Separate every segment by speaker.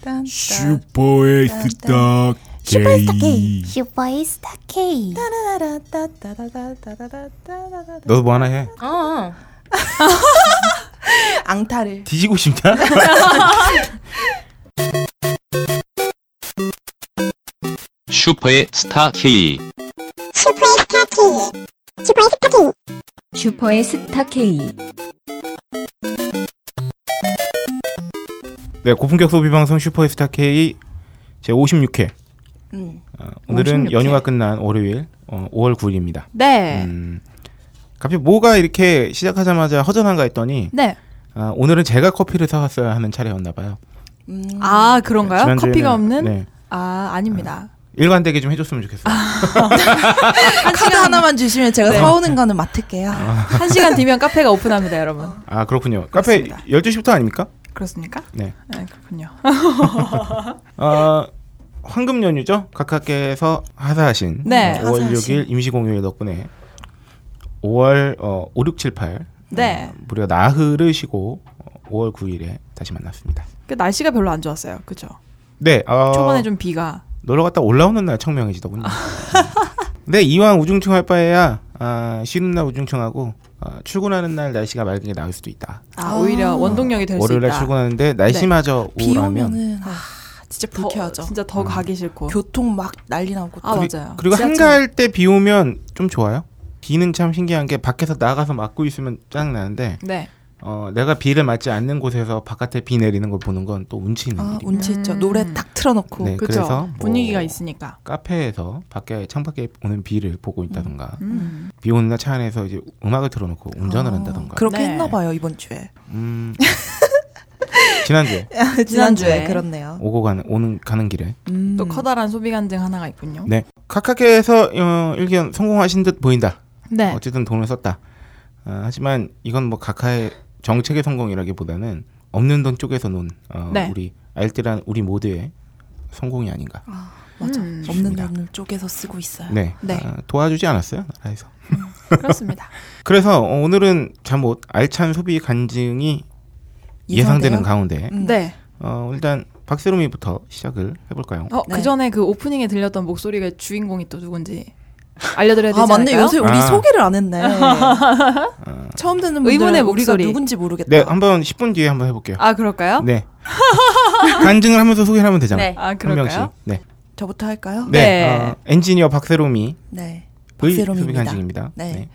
Speaker 1: 따단.
Speaker 2: 슈퍼에스타
Speaker 3: 슈퍼스타
Speaker 2: K.
Speaker 3: K. 슈퍼스타 K.
Speaker 1: 따라라라 따다다다다다다다다.
Speaker 4: 너도 뭐 하나 해.
Speaker 1: 어, 어. 앙탈을.
Speaker 4: 뒤지고 싶냐?
Speaker 5: 슈퍼의 스타 K.
Speaker 6: 슈퍼의 스타 K.
Speaker 4: 네, 고품격 소비 방송 슈퍼에스타 K 제 56회.
Speaker 1: 음.
Speaker 4: 어, 오늘은
Speaker 1: 56회.
Speaker 4: 연휴가 끝난 월요일 어, 5월 9일입니다.
Speaker 1: 네.
Speaker 4: 음, 갑자기 뭐가 이렇게 시작하자마자 허전한가 했더니
Speaker 7: 네.
Speaker 4: 아, 오늘은 제가 커피를 사왔어야 하는 차례였나 봐요.
Speaker 1: 음.
Speaker 7: 아 그런가요?
Speaker 4: 지난주에는-
Speaker 7: 커피가 없는?
Speaker 4: 네, 음.
Speaker 7: 아 아닙니다.
Speaker 4: 일관되게 좀 해줬으면 좋겠어요.
Speaker 7: 아.
Speaker 1: 카드 하나만 주시면 제가 사오는 거는 맡을게요.
Speaker 7: 네. 한 시간 뒤면 카페가 오픈합니다, 여러분.
Speaker 4: 아 그렇군요. 카페 12시부터 아닙니까?
Speaker 7: 그렇습니까?
Speaker 4: 네.
Speaker 7: 네, 그렇군요.
Speaker 4: 아, 황금 연휴죠. 각하께서 하사하신
Speaker 7: 네,
Speaker 4: 5월
Speaker 1: 하사하신.
Speaker 4: 6일 임시 공휴일 덕분에 5월 어, 5, 6, 7, 8
Speaker 7: 네.
Speaker 4: 어, 무려 나흘을 쉬고 어, 5월 9일에 다시 만났습니다.
Speaker 7: 그 날씨가 별로 안 좋았어요. 그죠?
Speaker 4: 네, 어,
Speaker 7: 초반에 좀 비가.
Speaker 4: 놀러 갔다 올라오는 날 청명해지더군요. 근데 이왕 우중충 할 바에야 아, 쉬는 날 우중충하고 아, 출근하는 날 날씨가 맑은 게 나을 수도 있다.
Speaker 7: 아, 오히려 원동력이 될 수
Speaker 4: 월요일에
Speaker 7: 있다. 네.
Speaker 4: 출근하는데 날씨마저
Speaker 1: 비
Speaker 4: 우울하면
Speaker 1: 오면은 아, 진짜
Speaker 7: 더,
Speaker 1: 불쾌하죠.
Speaker 7: 진짜
Speaker 4: 음.
Speaker 7: 더 가기 싫고.
Speaker 1: 교통 막 난리 나고.
Speaker 7: 아
Speaker 1: 또.
Speaker 7: 맞아요.
Speaker 4: 그리고
Speaker 1: 지하철.
Speaker 4: 한가할 때 비 오면 좀 좋아요. 비는 참 신기한 게 밖에서 나가서 맞고 있으면 짜증 나는데
Speaker 7: 네.
Speaker 4: 어, 내가 비를 맞지 않는 곳에서 바깥에 비 내리는 걸 보는 건 또 운치 있는
Speaker 1: 아
Speaker 4: 일이에요.
Speaker 1: 운치 있죠.
Speaker 7: 음.
Speaker 1: 노래 딱 틀어놓고.
Speaker 4: 네,
Speaker 7: 그죠.
Speaker 4: 그래서 뭐-
Speaker 7: 분위기가 있으니까.
Speaker 4: 카페에서 밖에 창밖에 오는 비를 보고 있다던가
Speaker 7: 음.
Speaker 4: 비 오는 날 차 안에서 이제 음악을 틀어놓고 운전을
Speaker 1: 어,
Speaker 4: 한다던가
Speaker 1: 그렇게
Speaker 7: 네.
Speaker 1: 했나 봐요 이번 주에.
Speaker 4: 음, 지난주에
Speaker 7: 지난주에.
Speaker 1: 그렇네요.
Speaker 4: 오고 가는 오는 가는 길에
Speaker 1: 음.
Speaker 7: 또 커다란 소비 간증 하나가 있군요.
Speaker 4: 네 카카케에서 어, 일견 성공하신 듯 보인다
Speaker 7: 네.
Speaker 4: 어쨌든 돈을 썼다 아, 하지만 이건 뭐 카카의 정책의 성공이라기보다는 없는 돈 쪽에서 논 어,
Speaker 7: 네.
Speaker 4: 우리 알뜰한 우리 모두의 성공이 아닌가
Speaker 1: 맞아.
Speaker 7: 음.
Speaker 1: 없는
Speaker 4: 좋습니다.
Speaker 1: 돈을 쪼개서 쓰고 있어요.
Speaker 4: 네,
Speaker 7: 네.
Speaker 4: 아, 도와주지 않았어요 나라에서
Speaker 7: 그렇습니다.
Speaker 4: 그래서 어, 오늘은 잠못 알찬 소비 간증이 예상되는 가운데
Speaker 1: 음.
Speaker 7: 네.
Speaker 4: 어, 일단 박세롬이부터 시작을 해볼까요?
Speaker 7: 어,
Speaker 1: 네.
Speaker 7: 그 전에 그 오프닝에 들렸던 목소리가 주인공이 또 누군지 알려드려야 되지
Speaker 1: 아 맞네
Speaker 7: 않을까요?
Speaker 1: 요새 우리
Speaker 4: 아.
Speaker 1: 소개를 안 했네. 처음 듣는 분들은
Speaker 7: 의문의
Speaker 1: 우리가
Speaker 7: 목소리.
Speaker 1: 누군지 모르겠다.
Speaker 4: 네, 한번 10분 뒤에 한번 해볼게요.
Speaker 7: 아 그럴까요?
Speaker 4: 네. 간증을 하면서 소개를 하면 되잖아요.
Speaker 6: 네.
Speaker 7: 아
Speaker 4: 한 명씩.
Speaker 7: 그럴까요?
Speaker 4: 네.
Speaker 1: 저부터 할까요?
Speaker 4: 네.
Speaker 7: 네.
Speaker 4: 어, 엔지니어 박세롬이
Speaker 1: 네.
Speaker 4: 의 소비
Speaker 1: 박세롬입니다.
Speaker 4: 간증입니다.
Speaker 1: 네.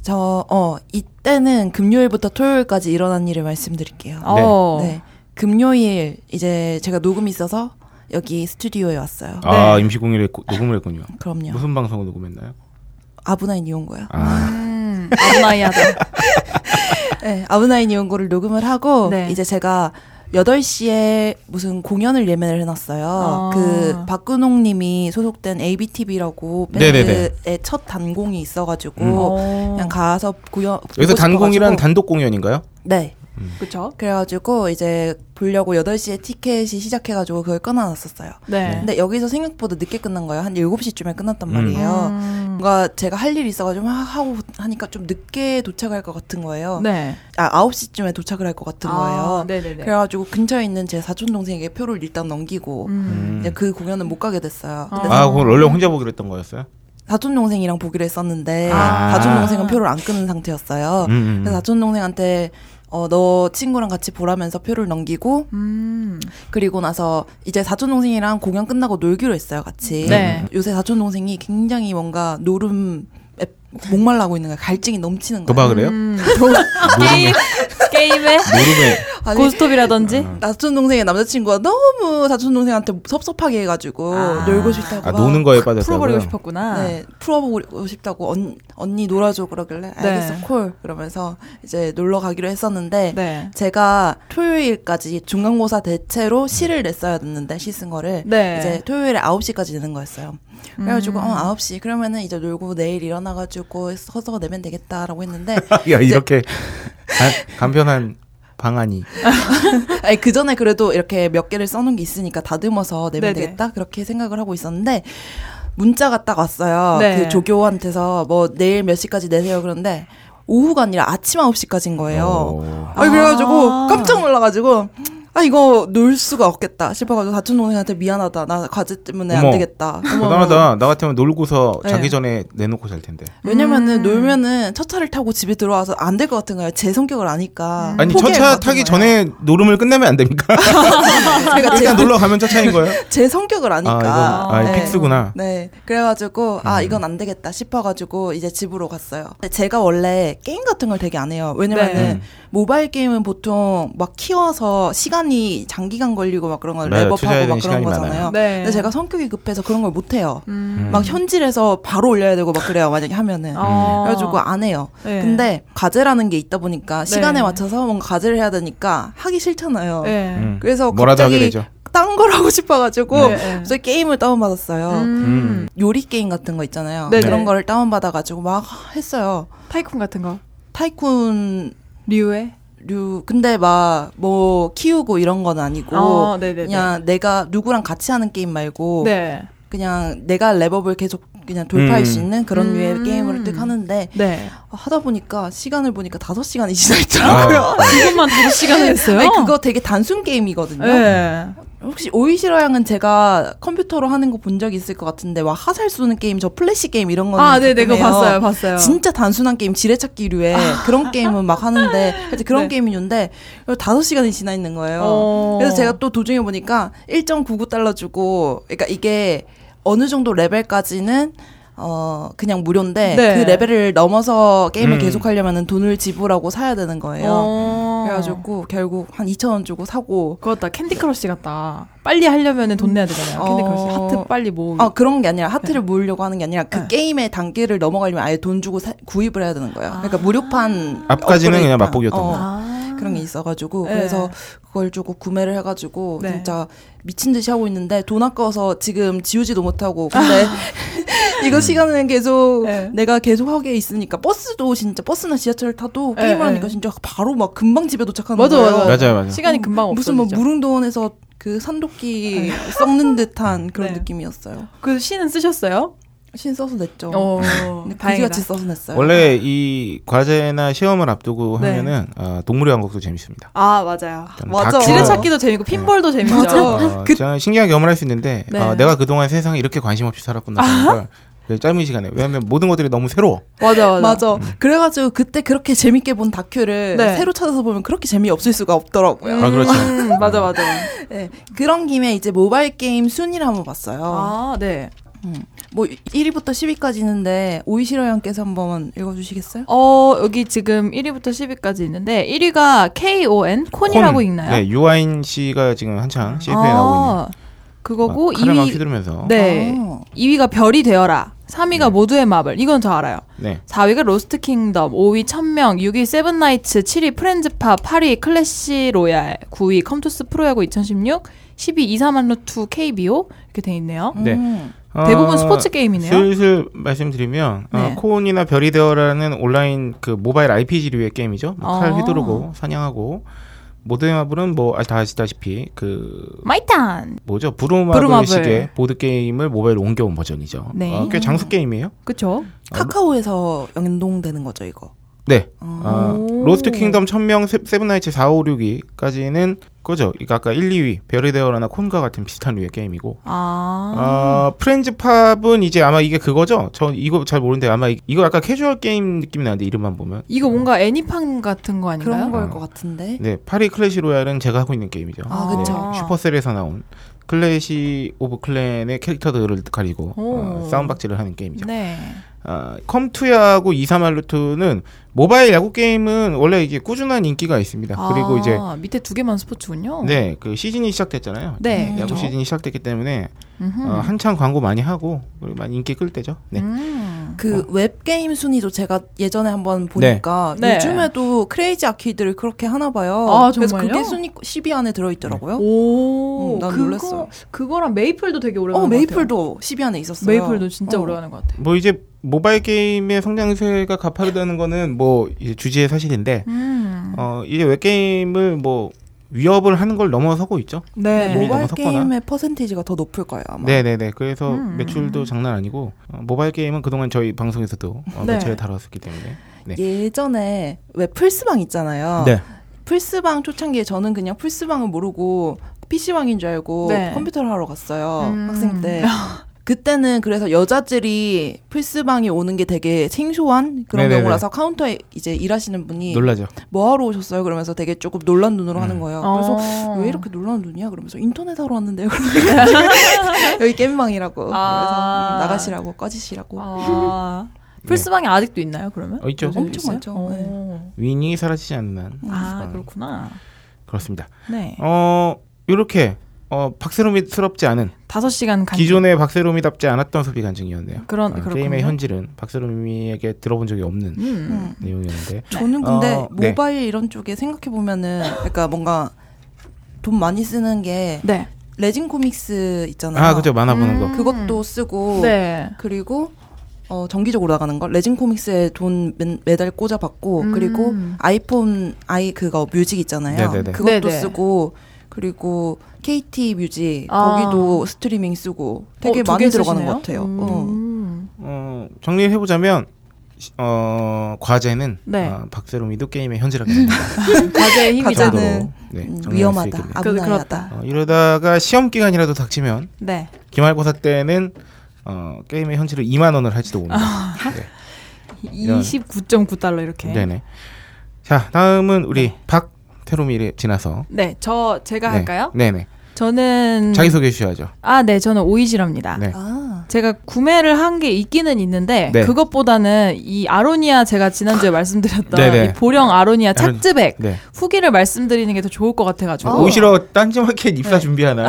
Speaker 1: 저, 어, 이때는 금요일부터 토요일까지 일어난 일을 말씀드릴게요.
Speaker 7: 어.
Speaker 1: 네. 금요일, 이제 제가 녹음이 있어서 여기 스튜디오에 왔어요.
Speaker 4: 아 임시공휴일에 고- 녹음을 했군요.
Speaker 1: 네. 그럼요.
Speaker 4: 무슨 방송을 녹음했나요?
Speaker 1: 아브나인 이용고요.
Speaker 4: 아,
Speaker 7: 음, 아브나이하다.
Speaker 1: 네, 아브나인 이용고를 녹음을 하고,
Speaker 7: 네.
Speaker 1: 이제 제가 8시에 무슨 공연을 예매를 해놨어요.
Speaker 7: 아.
Speaker 1: 그, 박근홍 님이 소속된 ABTV라고
Speaker 4: 네네네. 음.
Speaker 1: 밴드의 첫 단공이 있어가지고,
Speaker 7: 어.
Speaker 1: 그냥 가서 구연. 보고
Speaker 4: 여기서 단공이란
Speaker 1: 싶어가지고.
Speaker 4: 단독 공연인가요?
Speaker 1: 네.
Speaker 7: 그쵸?
Speaker 1: 그래가지고 이제 보려고 8시에 티켓이 시작해가지고 그걸 끊어놨었어요.
Speaker 7: 네.
Speaker 1: 근데 여기서 생각보다 늦게 끝난 거예요. 한 7시쯤에 끝났단
Speaker 4: 음.
Speaker 1: 말이에요.
Speaker 7: 음.
Speaker 1: 뭔가 제가 할 일이 있어가지고 막 하고 하니까 좀 늦게 도착할 것 같은 거예요.
Speaker 7: 네. 아,
Speaker 1: 아, 9시쯤에 도착을 할 것 같은 거예요.
Speaker 7: 네네네.
Speaker 1: 그래가지고 근처에 있는 제 사촌동생에게 표를 일단 넘기고
Speaker 7: 음.
Speaker 1: 이제 그 공연은 못 가게 됐어요. 근데
Speaker 7: 어.
Speaker 4: 아, 그걸 원래 혼자 보기로 했던 거였어요?
Speaker 1: 사촌동생이랑 보기로 했었는데
Speaker 4: 아.
Speaker 1: 사촌동생은 표를 안 끊은 상태였어요.
Speaker 4: 음, 음, 음.
Speaker 1: 그래서 사촌동생한테 어, 너 친구랑 같이 보라면서 표를 넘기고
Speaker 7: 음.
Speaker 1: 그리고 나서 이제 사촌 동생이랑 공연 끝나고 놀기로 했어요, 같이.
Speaker 7: 네.
Speaker 1: 요새 사촌 동생이 굉장히 뭔가 노름에 목말라고 있는 거야. 갈증이 넘치는 거야.
Speaker 4: 그봐 그래요?
Speaker 7: 음.
Speaker 4: 모르네.
Speaker 7: 게임에
Speaker 4: 모르네.
Speaker 1: 아니,
Speaker 7: 그 고스톱이라든지.
Speaker 1: 사촌 동생의 남자친구가 너무 사촌 동생한테 섭섭하게 해가지고
Speaker 7: 아.
Speaker 1: 놀고 싶다고
Speaker 4: 아,
Speaker 1: 막
Speaker 4: 노는 거에 빠졌다고요?
Speaker 7: 풀어버리고 싶었구나. 네.
Speaker 1: 네, 풀어보고 싶다고 언, 언니 놀아줘 그러길래 알겠어 콜 그러면서 이제 놀러 가기로 했었는데
Speaker 7: 네.
Speaker 1: 제가 토요일까지 중간고사 대체로 시를 냈어야 됐는데 시 쓴 거를
Speaker 7: 네.
Speaker 1: 이제 토요일에 9시까지 내는 거였어요. 그래가지고 어 9시 그러면은 이제 놀고 내일 일어나가지고 서서 내면 되겠다라고 했는데
Speaker 4: 야 이렇게 간- 간편한 방안이.
Speaker 1: 아니 그 전에 그래도 이렇게 몇 개를 써놓은 게 있으니까 다듬어서 내면
Speaker 7: 네네.
Speaker 1: 되겠다 그렇게 생각을 하고 있었는데 문자가 딱 왔어요.
Speaker 7: 네.
Speaker 1: 그 조교한테서 뭐 내일 몇 시까지 내세요 그런데 오후가 아니라 아침 9시까지인 거예요.
Speaker 4: 오.
Speaker 1: 아 그래가지고 깜짝 놀라가지고 아 이거 놀 수가 없겠다 싶어가지고 사촌 동생한테 미안하다 나 과제 때문에
Speaker 4: 어머.
Speaker 1: 안 되겠다
Speaker 7: 어머,
Speaker 4: 대단하다. 나 같으면 놀고서
Speaker 1: 네.
Speaker 4: 자기 전에 내놓고 잘 텐데.
Speaker 1: 왜냐면은
Speaker 7: 음.
Speaker 1: 놀면은 첫 차를 타고 집에 들어와서 안 될 것 같은 거예요 제 성격을 아니까
Speaker 7: 음.
Speaker 4: 아니
Speaker 1: 포기할
Speaker 4: 첫차
Speaker 1: 것 같은 거예요.
Speaker 4: 타기 전에 노름을 끝내면 안 됩니까?
Speaker 1: 제가 제,
Speaker 4: 일단 놀러 가면 첫 차인 거예요?
Speaker 1: 제 성격을 아니까
Speaker 4: 아 이건 아,
Speaker 1: 네.
Speaker 4: 픽스구나.
Speaker 1: 네. 그래가지고, 아,
Speaker 4: 음.
Speaker 1: 이건 안 되겠다 싶어가지고, 이제 집으로 갔어요. 근데 제가 원래 게임 같은 걸 되게 안 해요. 왜냐면은,
Speaker 7: 네.
Speaker 4: 음.
Speaker 1: 모바일 게임은 보통 막 키워서 시간이 장기간 걸리고 막 그런 걸
Speaker 4: 맞아요. 투자해야
Speaker 1: 랩업하고
Speaker 4: 되는
Speaker 1: 막 그런
Speaker 4: 시간이
Speaker 1: 거잖아요.
Speaker 4: 많아요.
Speaker 7: 네.
Speaker 1: 근데 제가 성격이 급해서 그런 걸 못 해요.
Speaker 7: 음.
Speaker 1: 막 현질에서 바로 올려야 되고 막 그래요. 만약에 하면은.
Speaker 7: 아.
Speaker 1: 그래가지고 안 해요.
Speaker 7: 네.
Speaker 1: 근데 과제라는 게 있다 보니까 시간에
Speaker 7: 네.
Speaker 1: 맞춰서 뭔가 과제를 해야 되니까 하기 싫잖아요.
Speaker 7: 네.
Speaker 4: 음.
Speaker 1: 그래서
Speaker 4: 뭐라도 하게
Speaker 1: 갑자기
Speaker 4: 되죠.
Speaker 1: 딴 걸 하고 싶어가지고
Speaker 7: 네, 네.
Speaker 1: 갑자기 게임을 다운받았어요.
Speaker 7: 음.
Speaker 1: 요리 게임 같은 거 있잖아요.
Speaker 7: 네네.
Speaker 1: 그런 거를 다운받아가지고 막 했어요.
Speaker 7: 타이쿤 같은 거.
Speaker 1: 타이쿤
Speaker 7: 류의
Speaker 1: 류 근데 막 뭐 키우고 이런 건 아니고
Speaker 7: 아, 네네네.
Speaker 1: 그냥 내가 누구랑 같이 하는 게임 말고
Speaker 7: 네.
Speaker 1: 그냥 내가 랩업을 계속 그냥 돌파할
Speaker 4: 음.
Speaker 1: 수 있는 그런
Speaker 7: 음.
Speaker 1: 류의 게임을 뜩 하는데
Speaker 7: 네.
Speaker 1: 하다 보니까 시간을 보니까 5시간이 지나
Speaker 4: 아,
Speaker 1: 있더라고요.
Speaker 7: 아, 이것만 5시간을 했어요?
Speaker 1: 아니 그거 되게 단순 게임이거든요.
Speaker 7: 네.
Speaker 1: 혹시 오이시러 양은 제가 컴퓨터로 하는 거 본 적이 있을 것 같은데 막 화살 쏘는 게임 저 플래시 게임 이런 거는
Speaker 7: 아, 네, 네, 그거
Speaker 1: 가끔 해요.
Speaker 7: 봤어요, 봤어요. 아.
Speaker 1: 진짜 단순한 게임 지뢰찾기류에 그런 게임은 막 하는데 하여튼 그런
Speaker 7: 네.
Speaker 1: 게임이었는데 5시간이 지나 있는 거예요.
Speaker 7: 어.
Speaker 1: 그래서 제가 또 도중에 보니까 1.99달러 주고 그러니까 이게 어느 정도 레벨까지는 어 그냥 무료인데
Speaker 7: 네.
Speaker 1: 그 레벨을 넘어서 게임을
Speaker 4: 음.
Speaker 1: 계속 하려면은 돈을 지불하고 사야 되는 거예요.
Speaker 7: 어.
Speaker 1: 그래가지고 결국 한 2천 원 주고 사고
Speaker 7: 그거 같다. 캔디 크러쉬 같다. 빨리 하려면 돈 내야 되잖아요. 캔디
Speaker 1: 어.
Speaker 7: 크러쉬 하트 빨리 모으고.
Speaker 1: 아 그런 게 아니라 하트를 모으려고 하는 게 아니라 그
Speaker 7: 음. 네.
Speaker 1: 게임의 단계를 넘어가려면 아예 돈 주고 사- 구입을 해야 되는 거예요. 그러니까 무료판
Speaker 4: 앞까지는 그냥
Speaker 1: 업그레이드판.
Speaker 4: 맛보기였던
Speaker 1: 어,
Speaker 4: 거예요.
Speaker 7: 아.
Speaker 1: 그런 게 있어가지고
Speaker 7: 네.
Speaker 1: 그래서 그걸 주고 구매를 해가지고
Speaker 7: 네.
Speaker 1: 진짜 미친 듯이 하고 있는데 돈 아까워서 지금 지우지도 못하고 근데
Speaker 4: 음.
Speaker 1: 이거 시간은 계속
Speaker 7: 네.
Speaker 1: 내가 계속 하게 있으니까 버스도 진짜 버스나 지하철 타도
Speaker 7: 네,
Speaker 1: 게임을
Speaker 7: 네.
Speaker 1: 하니까 진짜 바로 막 금방 집에 도착하는
Speaker 7: 맞아,
Speaker 1: 거예요.
Speaker 7: 맞아.
Speaker 4: 맞아요, 맞아요.
Speaker 7: 시간이 금방 없어지죠.
Speaker 1: 무슨 뭐 무릉도원에서 그 산도끼 썩는 듯한 그런
Speaker 7: 네.
Speaker 1: 느낌이었어요.
Speaker 7: 그 시는 쓰셨어요?
Speaker 1: 신 써서 냈죠.
Speaker 7: 어.
Speaker 1: 근데
Speaker 7: 다행이다.
Speaker 1: 굳이같이 써서 냈어요.
Speaker 4: 원래 이 과제나 시험을 앞두고
Speaker 7: 네.
Speaker 4: 하면은 어, 동물의 왕국도 재밌습니다.
Speaker 7: 아, 맞아요.
Speaker 4: 일단
Speaker 1: 맞아.
Speaker 4: 다큐-
Speaker 7: 지뢰찾기도 재미고 핀볼도 재밌죠.
Speaker 4: 어, 진짜 신기한 경험을 할 수 있는데
Speaker 7: 네. 아.
Speaker 4: 어, 내가 그동안 세상에 이렇게 관심 없이 살았구나라는 걸 그 짧은 시간에 왜냐하면 모든 것들이 너무 새로워.
Speaker 7: 맞아, 맞아.
Speaker 1: 맞아. 그래가지고 그때 그렇게 재밌게 본 다큐를
Speaker 7: 네.
Speaker 1: 새로 찾아서 보면 그렇게 재미없을 수가 없더라고요.
Speaker 4: 아, 그렇죠.
Speaker 7: 음, 맞아, 맞아.
Speaker 1: 네. 그런 김에 이제 모바일 게임 순위를 한번 봤어요.
Speaker 7: 아, 네.
Speaker 1: 뭐 1위부터 10위까지 있는데 오이시러 형께서 한번 읽어주시겠어요?
Speaker 7: 어, 여기 지금 1위부터 10위까지 있는데 1위가 KON 콘이라고
Speaker 4: 콘.
Speaker 7: 읽나요?
Speaker 4: 네, 유아인 씨가 지금 한창 CF에
Speaker 7: 아,
Speaker 4: 나오고 있는.
Speaker 7: 그거고
Speaker 4: 막 칼을 막
Speaker 7: 2위
Speaker 4: 휘두르면서. 네.
Speaker 7: 네.
Speaker 1: 아.
Speaker 7: 2위가 별이 되어라. 3위가 모두의 마블. 이건 저 알아요.
Speaker 4: 네.
Speaker 7: 4위가 로스트 킹덤, 5위 천명, 6위 세븐나이츠, 7위 프렌즈팝, 8위 클래시 로얄, 9위 컴투스 프로야구 2016, 10위 이사만루투 KBO 이렇게 돼 있네요.
Speaker 4: 네.
Speaker 1: 음.
Speaker 7: 대부분 스포츠 게임이네요.
Speaker 4: 슬슬 말씀드리면 어,
Speaker 7: 네.
Speaker 4: 코온이나 별이 되어라는 온라인 그 모바일 RPG류의 게임이죠. 막 칼
Speaker 7: 아.
Speaker 4: 휘두르고 사냥하고 모드의 마블은 뭐 다 아시다시피 그
Speaker 7: 마이탄.
Speaker 4: 뭐죠
Speaker 7: 브루마블.
Speaker 4: 브루마블식의 보드 게임을 모바일 옮겨온 버전이죠.
Speaker 7: 네.
Speaker 4: 어, 꽤 장수 게임이에요.
Speaker 7: 그쵸?
Speaker 1: 카카오에서 연동되는 거죠 이거.
Speaker 4: 네.
Speaker 1: 아.
Speaker 4: 아,
Speaker 7: 오.
Speaker 4: 로스트 킹덤 1000명 세- 세븐나이츠 456위까지는 그죠. 그러니까 아까 1, 2위 별이 되어라나 콘과 같은 비슷한 류의 게임이고
Speaker 7: 아.
Speaker 4: 아, 프렌즈팝은 이제 아마 이게 그거죠? 저 이거 잘 모르는데 아마 이- 이거 약간 캐주얼 게임 느낌이 나는데 이름만 보면
Speaker 7: 이거 뭔가 애니팡 같은 거
Speaker 1: 그런
Speaker 7: 아닌가요?
Speaker 1: 거일 것 같은데.
Speaker 4: 네 파리 클래시 로얄은 제가 하고 있는 게임이죠.
Speaker 1: 아, 그쵸.
Speaker 4: 네, 슈퍼셀에서 나온 클래시 오브 클랜의 캐릭터들을 가리고
Speaker 7: 오.
Speaker 4: 어, 싸움박질을 하는 게임이죠.
Speaker 7: 네.
Speaker 4: 아, 컴투야하고 이사말루트는 모바일 야구 게임은 원래 이게 꾸준한 인기가 있습니다. 네, 그리고
Speaker 7: 아,
Speaker 4: 이제
Speaker 7: 밑에 두 개만 스포츠군요.
Speaker 4: 네, 그 시즌이 시작됐잖아요.
Speaker 7: 네,
Speaker 1: 음.
Speaker 4: 야구
Speaker 7: 그렇죠.
Speaker 4: 시즌이 시작됐기 때문에
Speaker 7: 음흠.
Speaker 4: 어, 한창 광고 많이 하고 그리고 많이 인기 끌 때죠. 네.
Speaker 7: 음.
Speaker 4: 어.
Speaker 1: 그 웹게임 순위도 제가 예전에 한번 보니까
Speaker 7: 네.
Speaker 1: 요즘에도 크레이지 아키드를 그렇게 하나 봐요.
Speaker 7: 아,
Speaker 1: 그래서
Speaker 7: 정말요?
Speaker 1: 그게 순위 10위 안에 들어있더라고요.
Speaker 7: 오,
Speaker 1: 음, 난
Speaker 7: 그거
Speaker 1: 놀랐어요.
Speaker 7: 그거랑 메이플도 되게 오래
Speaker 1: 어,
Speaker 7: 가는 것
Speaker 1: 메이플도 10위 안에
Speaker 7: 같아요.
Speaker 1: 있었어요.
Speaker 7: 메이플도 진짜
Speaker 1: 어.
Speaker 7: 오래 가는 것 같아요.
Speaker 4: 뭐 이제 모바일 게임의 성장세가 가파르다는 거는 뭐 이제 주지의 사실인데
Speaker 7: 음.
Speaker 4: 어 이제 웹 게임을 뭐 위협을 하는 걸 넘어서고 있죠.
Speaker 1: 네,
Speaker 7: 네.
Speaker 4: 이미
Speaker 1: 모바일
Speaker 4: 넘어섰거나.
Speaker 1: 게임의 퍼센테이지가 더 높을 거예요, 아마.
Speaker 4: 네네네. 그래서
Speaker 7: 음.
Speaker 4: 매출도 장난 아니고 어, 모바일 게임은 그동안 저희 방송에서도 어,
Speaker 7: 네.
Speaker 4: 매체에 다뤘었기 때문에. 네.
Speaker 1: 예전에 왜 플스방 있잖아요. 플스방 초창기에 저는 그냥 플스방을 모르고 PC방인 줄 알고
Speaker 7: 네.
Speaker 1: 컴퓨터를 하러 갔어요.
Speaker 7: 음.
Speaker 1: 학생 때. 그때는 그래서 여자들이 플스방에 오는 게 되게 생소한 그런
Speaker 4: 네네네.
Speaker 1: 경우라서 카운터에 이제 일하시는 분이
Speaker 4: 놀라죠.
Speaker 1: 뭐 하러 오셨어요? 그러면서 되게 조금 놀란 눈으로 하는 거예요. 그래서
Speaker 7: 음. 어.
Speaker 1: 왜 이렇게 놀란 눈이야? 그러면서 인터넷 하러 왔는데요. 그러니까 여기 게임방이라고.
Speaker 7: 아.
Speaker 1: 그래서 음, 나가시라고 꺼지시라고.
Speaker 7: 아, 플스방이 아직도 있나요? 그러면?
Speaker 4: 어, 있죠.
Speaker 1: 요즘 엄청 많죠.
Speaker 7: 어.
Speaker 1: 네.
Speaker 4: 윈이 사라지지 않는
Speaker 7: 아
Speaker 4: 음.
Speaker 7: 그렇구나.
Speaker 4: 그렇습니다.
Speaker 7: 네.
Speaker 4: 어 이렇게 어 박세롬이스럽지 않은
Speaker 7: 다섯 시간 간.
Speaker 4: 기존의 박세롬이답지 않았던 소비 간증이었네요.
Speaker 7: 그런
Speaker 4: 어,
Speaker 7: 그렇군요.
Speaker 4: 게임의 현질은 박세롬이에게 들어본 적이 없는
Speaker 7: 음.
Speaker 1: 음.
Speaker 4: 내용이었는데
Speaker 1: 저는 근데
Speaker 4: 어, 네.
Speaker 1: 모바일 이런 쪽에 생각해 보면은 그러니까 뭔가 돈 많이 쓰는 게
Speaker 7: 네.
Speaker 1: 레진 코믹스 있잖아요.
Speaker 4: 아 그죠 만화 보는 거.
Speaker 7: 음.
Speaker 1: 것도 쓰고
Speaker 7: 네.
Speaker 1: 그리고 어 정기적으로 나가는 거 레진 코믹스에 돈 매, 매달 꽂아봤고
Speaker 7: 음.
Speaker 1: 그리고 아이폰 아이 그거 뮤직 있잖아요.
Speaker 4: 네네네.
Speaker 1: 그것도
Speaker 7: 네네.
Speaker 1: 쓰고 그리고 KT 뮤직
Speaker 7: 아.
Speaker 1: 거기도 스트리밍 쓰고 되게
Speaker 7: 어, 두개
Speaker 1: 많이 들어가는
Speaker 7: 쓰시네요?
Speaker 1: 것 같아요.
Speaker 7: 음.
Speaker 1: 어.
Speaker 4: 어 정리를 해보자면 시- 어 과제는
Speaker 7: 네. 그
Speaker 4: 어, 박세롬이도 게임의 현질하게 된다.
Speaker 7: 과제의 힘이
Speaker 1: 과제는-
Speaker 4: 정도로, 네,
Speaker 1: 음,
Speaker 4: 정리할 수
Speaker 1: 위험하다,
Speaker 4: 있겠네요.
Speaker 7: 그-
Speaker 1: 아무나하다.
Speaker 7: 그렇다.
Speaker 4: 어, 이러다가 시험 기간이라도 닥치면
Speaker 7: 네.
Speaker 4: 기말고사 때는 어, 게임의 현질을 2만 원을 할지도
Speaker 7: 아,
Speaker 4: 모른다. 네.
Speaker 7: 29.9달러 이렇게.
Speaker 4: 네네. 자 다음은 우리 박태로미를 지나서
Speaker 7: 네, 저 네. 제가
Speaker 4: 네.
Speaker 7: 할까요? 음.
Speaker 4: 네네.
Speaker 7: 저는
Speaker 4: 자기 소개해 주셔야죠.
Speaker 7: 아, 네, 저는 오이시랍니다.
Speaker 4: 네.
Speaker 1: 아,
Speaker 7: 제가 구매를 한 게 있기는 있는데
Speaker 4: 네.
Speaker 7: 그것보다는 이 아로니아 제가 지난주에 말씀드렸던
Speaker 4: 네네.
Speaker 7: 이 보령 아로니아
Speaker 4: 아로니-
Speaker 7: 착즙액
Speaker 4: 네.
Speaker 7: 후기를 말씀드리는 게 더 좋을 것 같아가지고
Speaker 4: 오시러 딴지마켓 입사
Speaker 7: 어. 네.
Speaker 4: 준비하나? 네.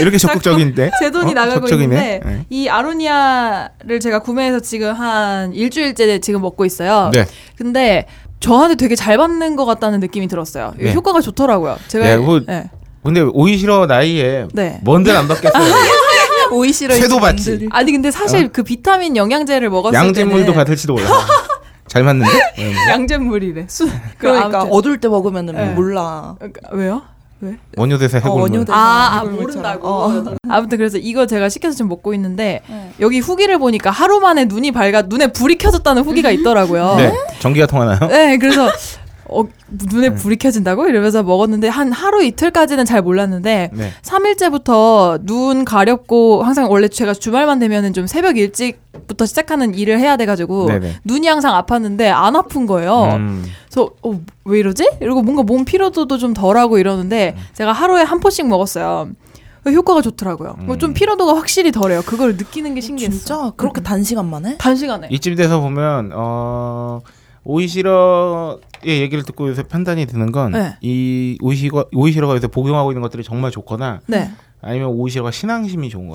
Speaker 4: 이렇게 적극적인데?
Speaker 7: 제 돈이
Speaker 4: 어?
Speaker 7: 나가고
Speaker 4: 적극적이네?
Speaker 7: 있는데
Speaker 4: 네.
Speaker 7: 이 아로니아를 제가 구매해서 지금 한 일주일째 지금 먹고 있어요.
Speaker 4: 네.
Speaker 7: 근데 저한테 되게 잘 받는 것 같다는 느낌이 들었어요. 이게
Speaker 4: 네.
Speaker 7: 효과가 좋더라고요. 제가
Speaker 4: 네, 뭐-
Speaker 7: 네.
Speaker 4: 근데 오이시러 나이에
Speaker 7: 네.
Speaker 4: 뭔들 안 받겠어요.
Speaker 1: 오이시로
Speaker 4: 쇠도 받지.
Speaker 7: 아니 근데 사실 그 비타민 영양제를 먹었을
Speaker 4: 어? 양잿물도
Speaker 7: 때는
Speaker 4: 받을지도 몰라. 잘 맞는데? 네.
Speaker 7: 양잿물이래. 수...
Speaker 1: 그러니까
Speaker 7: 아무튼.
Speaker 1: 어두울 때 먹으면
Speaker 7: 네.
Speaker 1: 은 몰라.
Speaker 7: 그러니까 왜요? 왜?
Speaker 4: 원효대사
Speaker 1: 어,
Speaker 4: 해골물.
Speaker 1: 원효대사
Speaker 7: 아, 아
Speaker 1: 해골물처럼.
Speaker 7: 모른다고.
Speaker 1: 어.
Speaker 7: 아무튼 그래서 이거 제가 시켜서 지금 먹고 있는데 여기 후기를 보니까 하루 만에 눈이 밝아 눈에 불이 켜졌다는 후기가 있더라고요.
Speaker 4: 네. 전기가 통하나요?
Speaker 7: 어. 네, 그래서 어, 눈에
Speaker 4: 네.
Speaker 7: 불이 켜진다고 이러면서 먹었는데 한 하루 이틀까지는 잘 몰랐는데
Speaker 4: 네.
Speaker 7: 3일째부터 눈 가렵고 항상 원래 제가 주말만 되면은 좀 새벽 일찍부터 시작하는 일을 해야 돼 가지고
Speaker 4: 네네.
Speaker 7: 눈이 항상 아팠는데 안 아픈 거예요.
Speaker 4: 음.
Speaker 7: 그래서 어, 왜 이러지? 이러고 뭔가 몸 피로도도 좀 덜하고 이러는데
Speaker 4: 음.
Speaker 7: 제가 하루에 한 포씩 먹었어요. 효과가 좋더라고요.
Speaker 4: 음.
Speaker 7: 뭐좀 피로도가 확실히 덜해요. 그걸 느끼는 게 신기했어.
Speaker 1: 진짜 그렇게
Speaker 7: 음.
Speaker 1: 단시간 만에?
Speaker 7: 단시간에.
Speaker 4: 이쯤 돼서 보면 어 오이시러의 얘기를 듣고 요새 판단이 드는 건 이
Speaker 7: 네.
Speaker 4: 오이시가 오이시러가 요새 복용하고 있는 것들이 정말 좋거나
Speaker 7: 네.
Speaker 4: 아니면 오이시러가 신앙심이 좋은 거.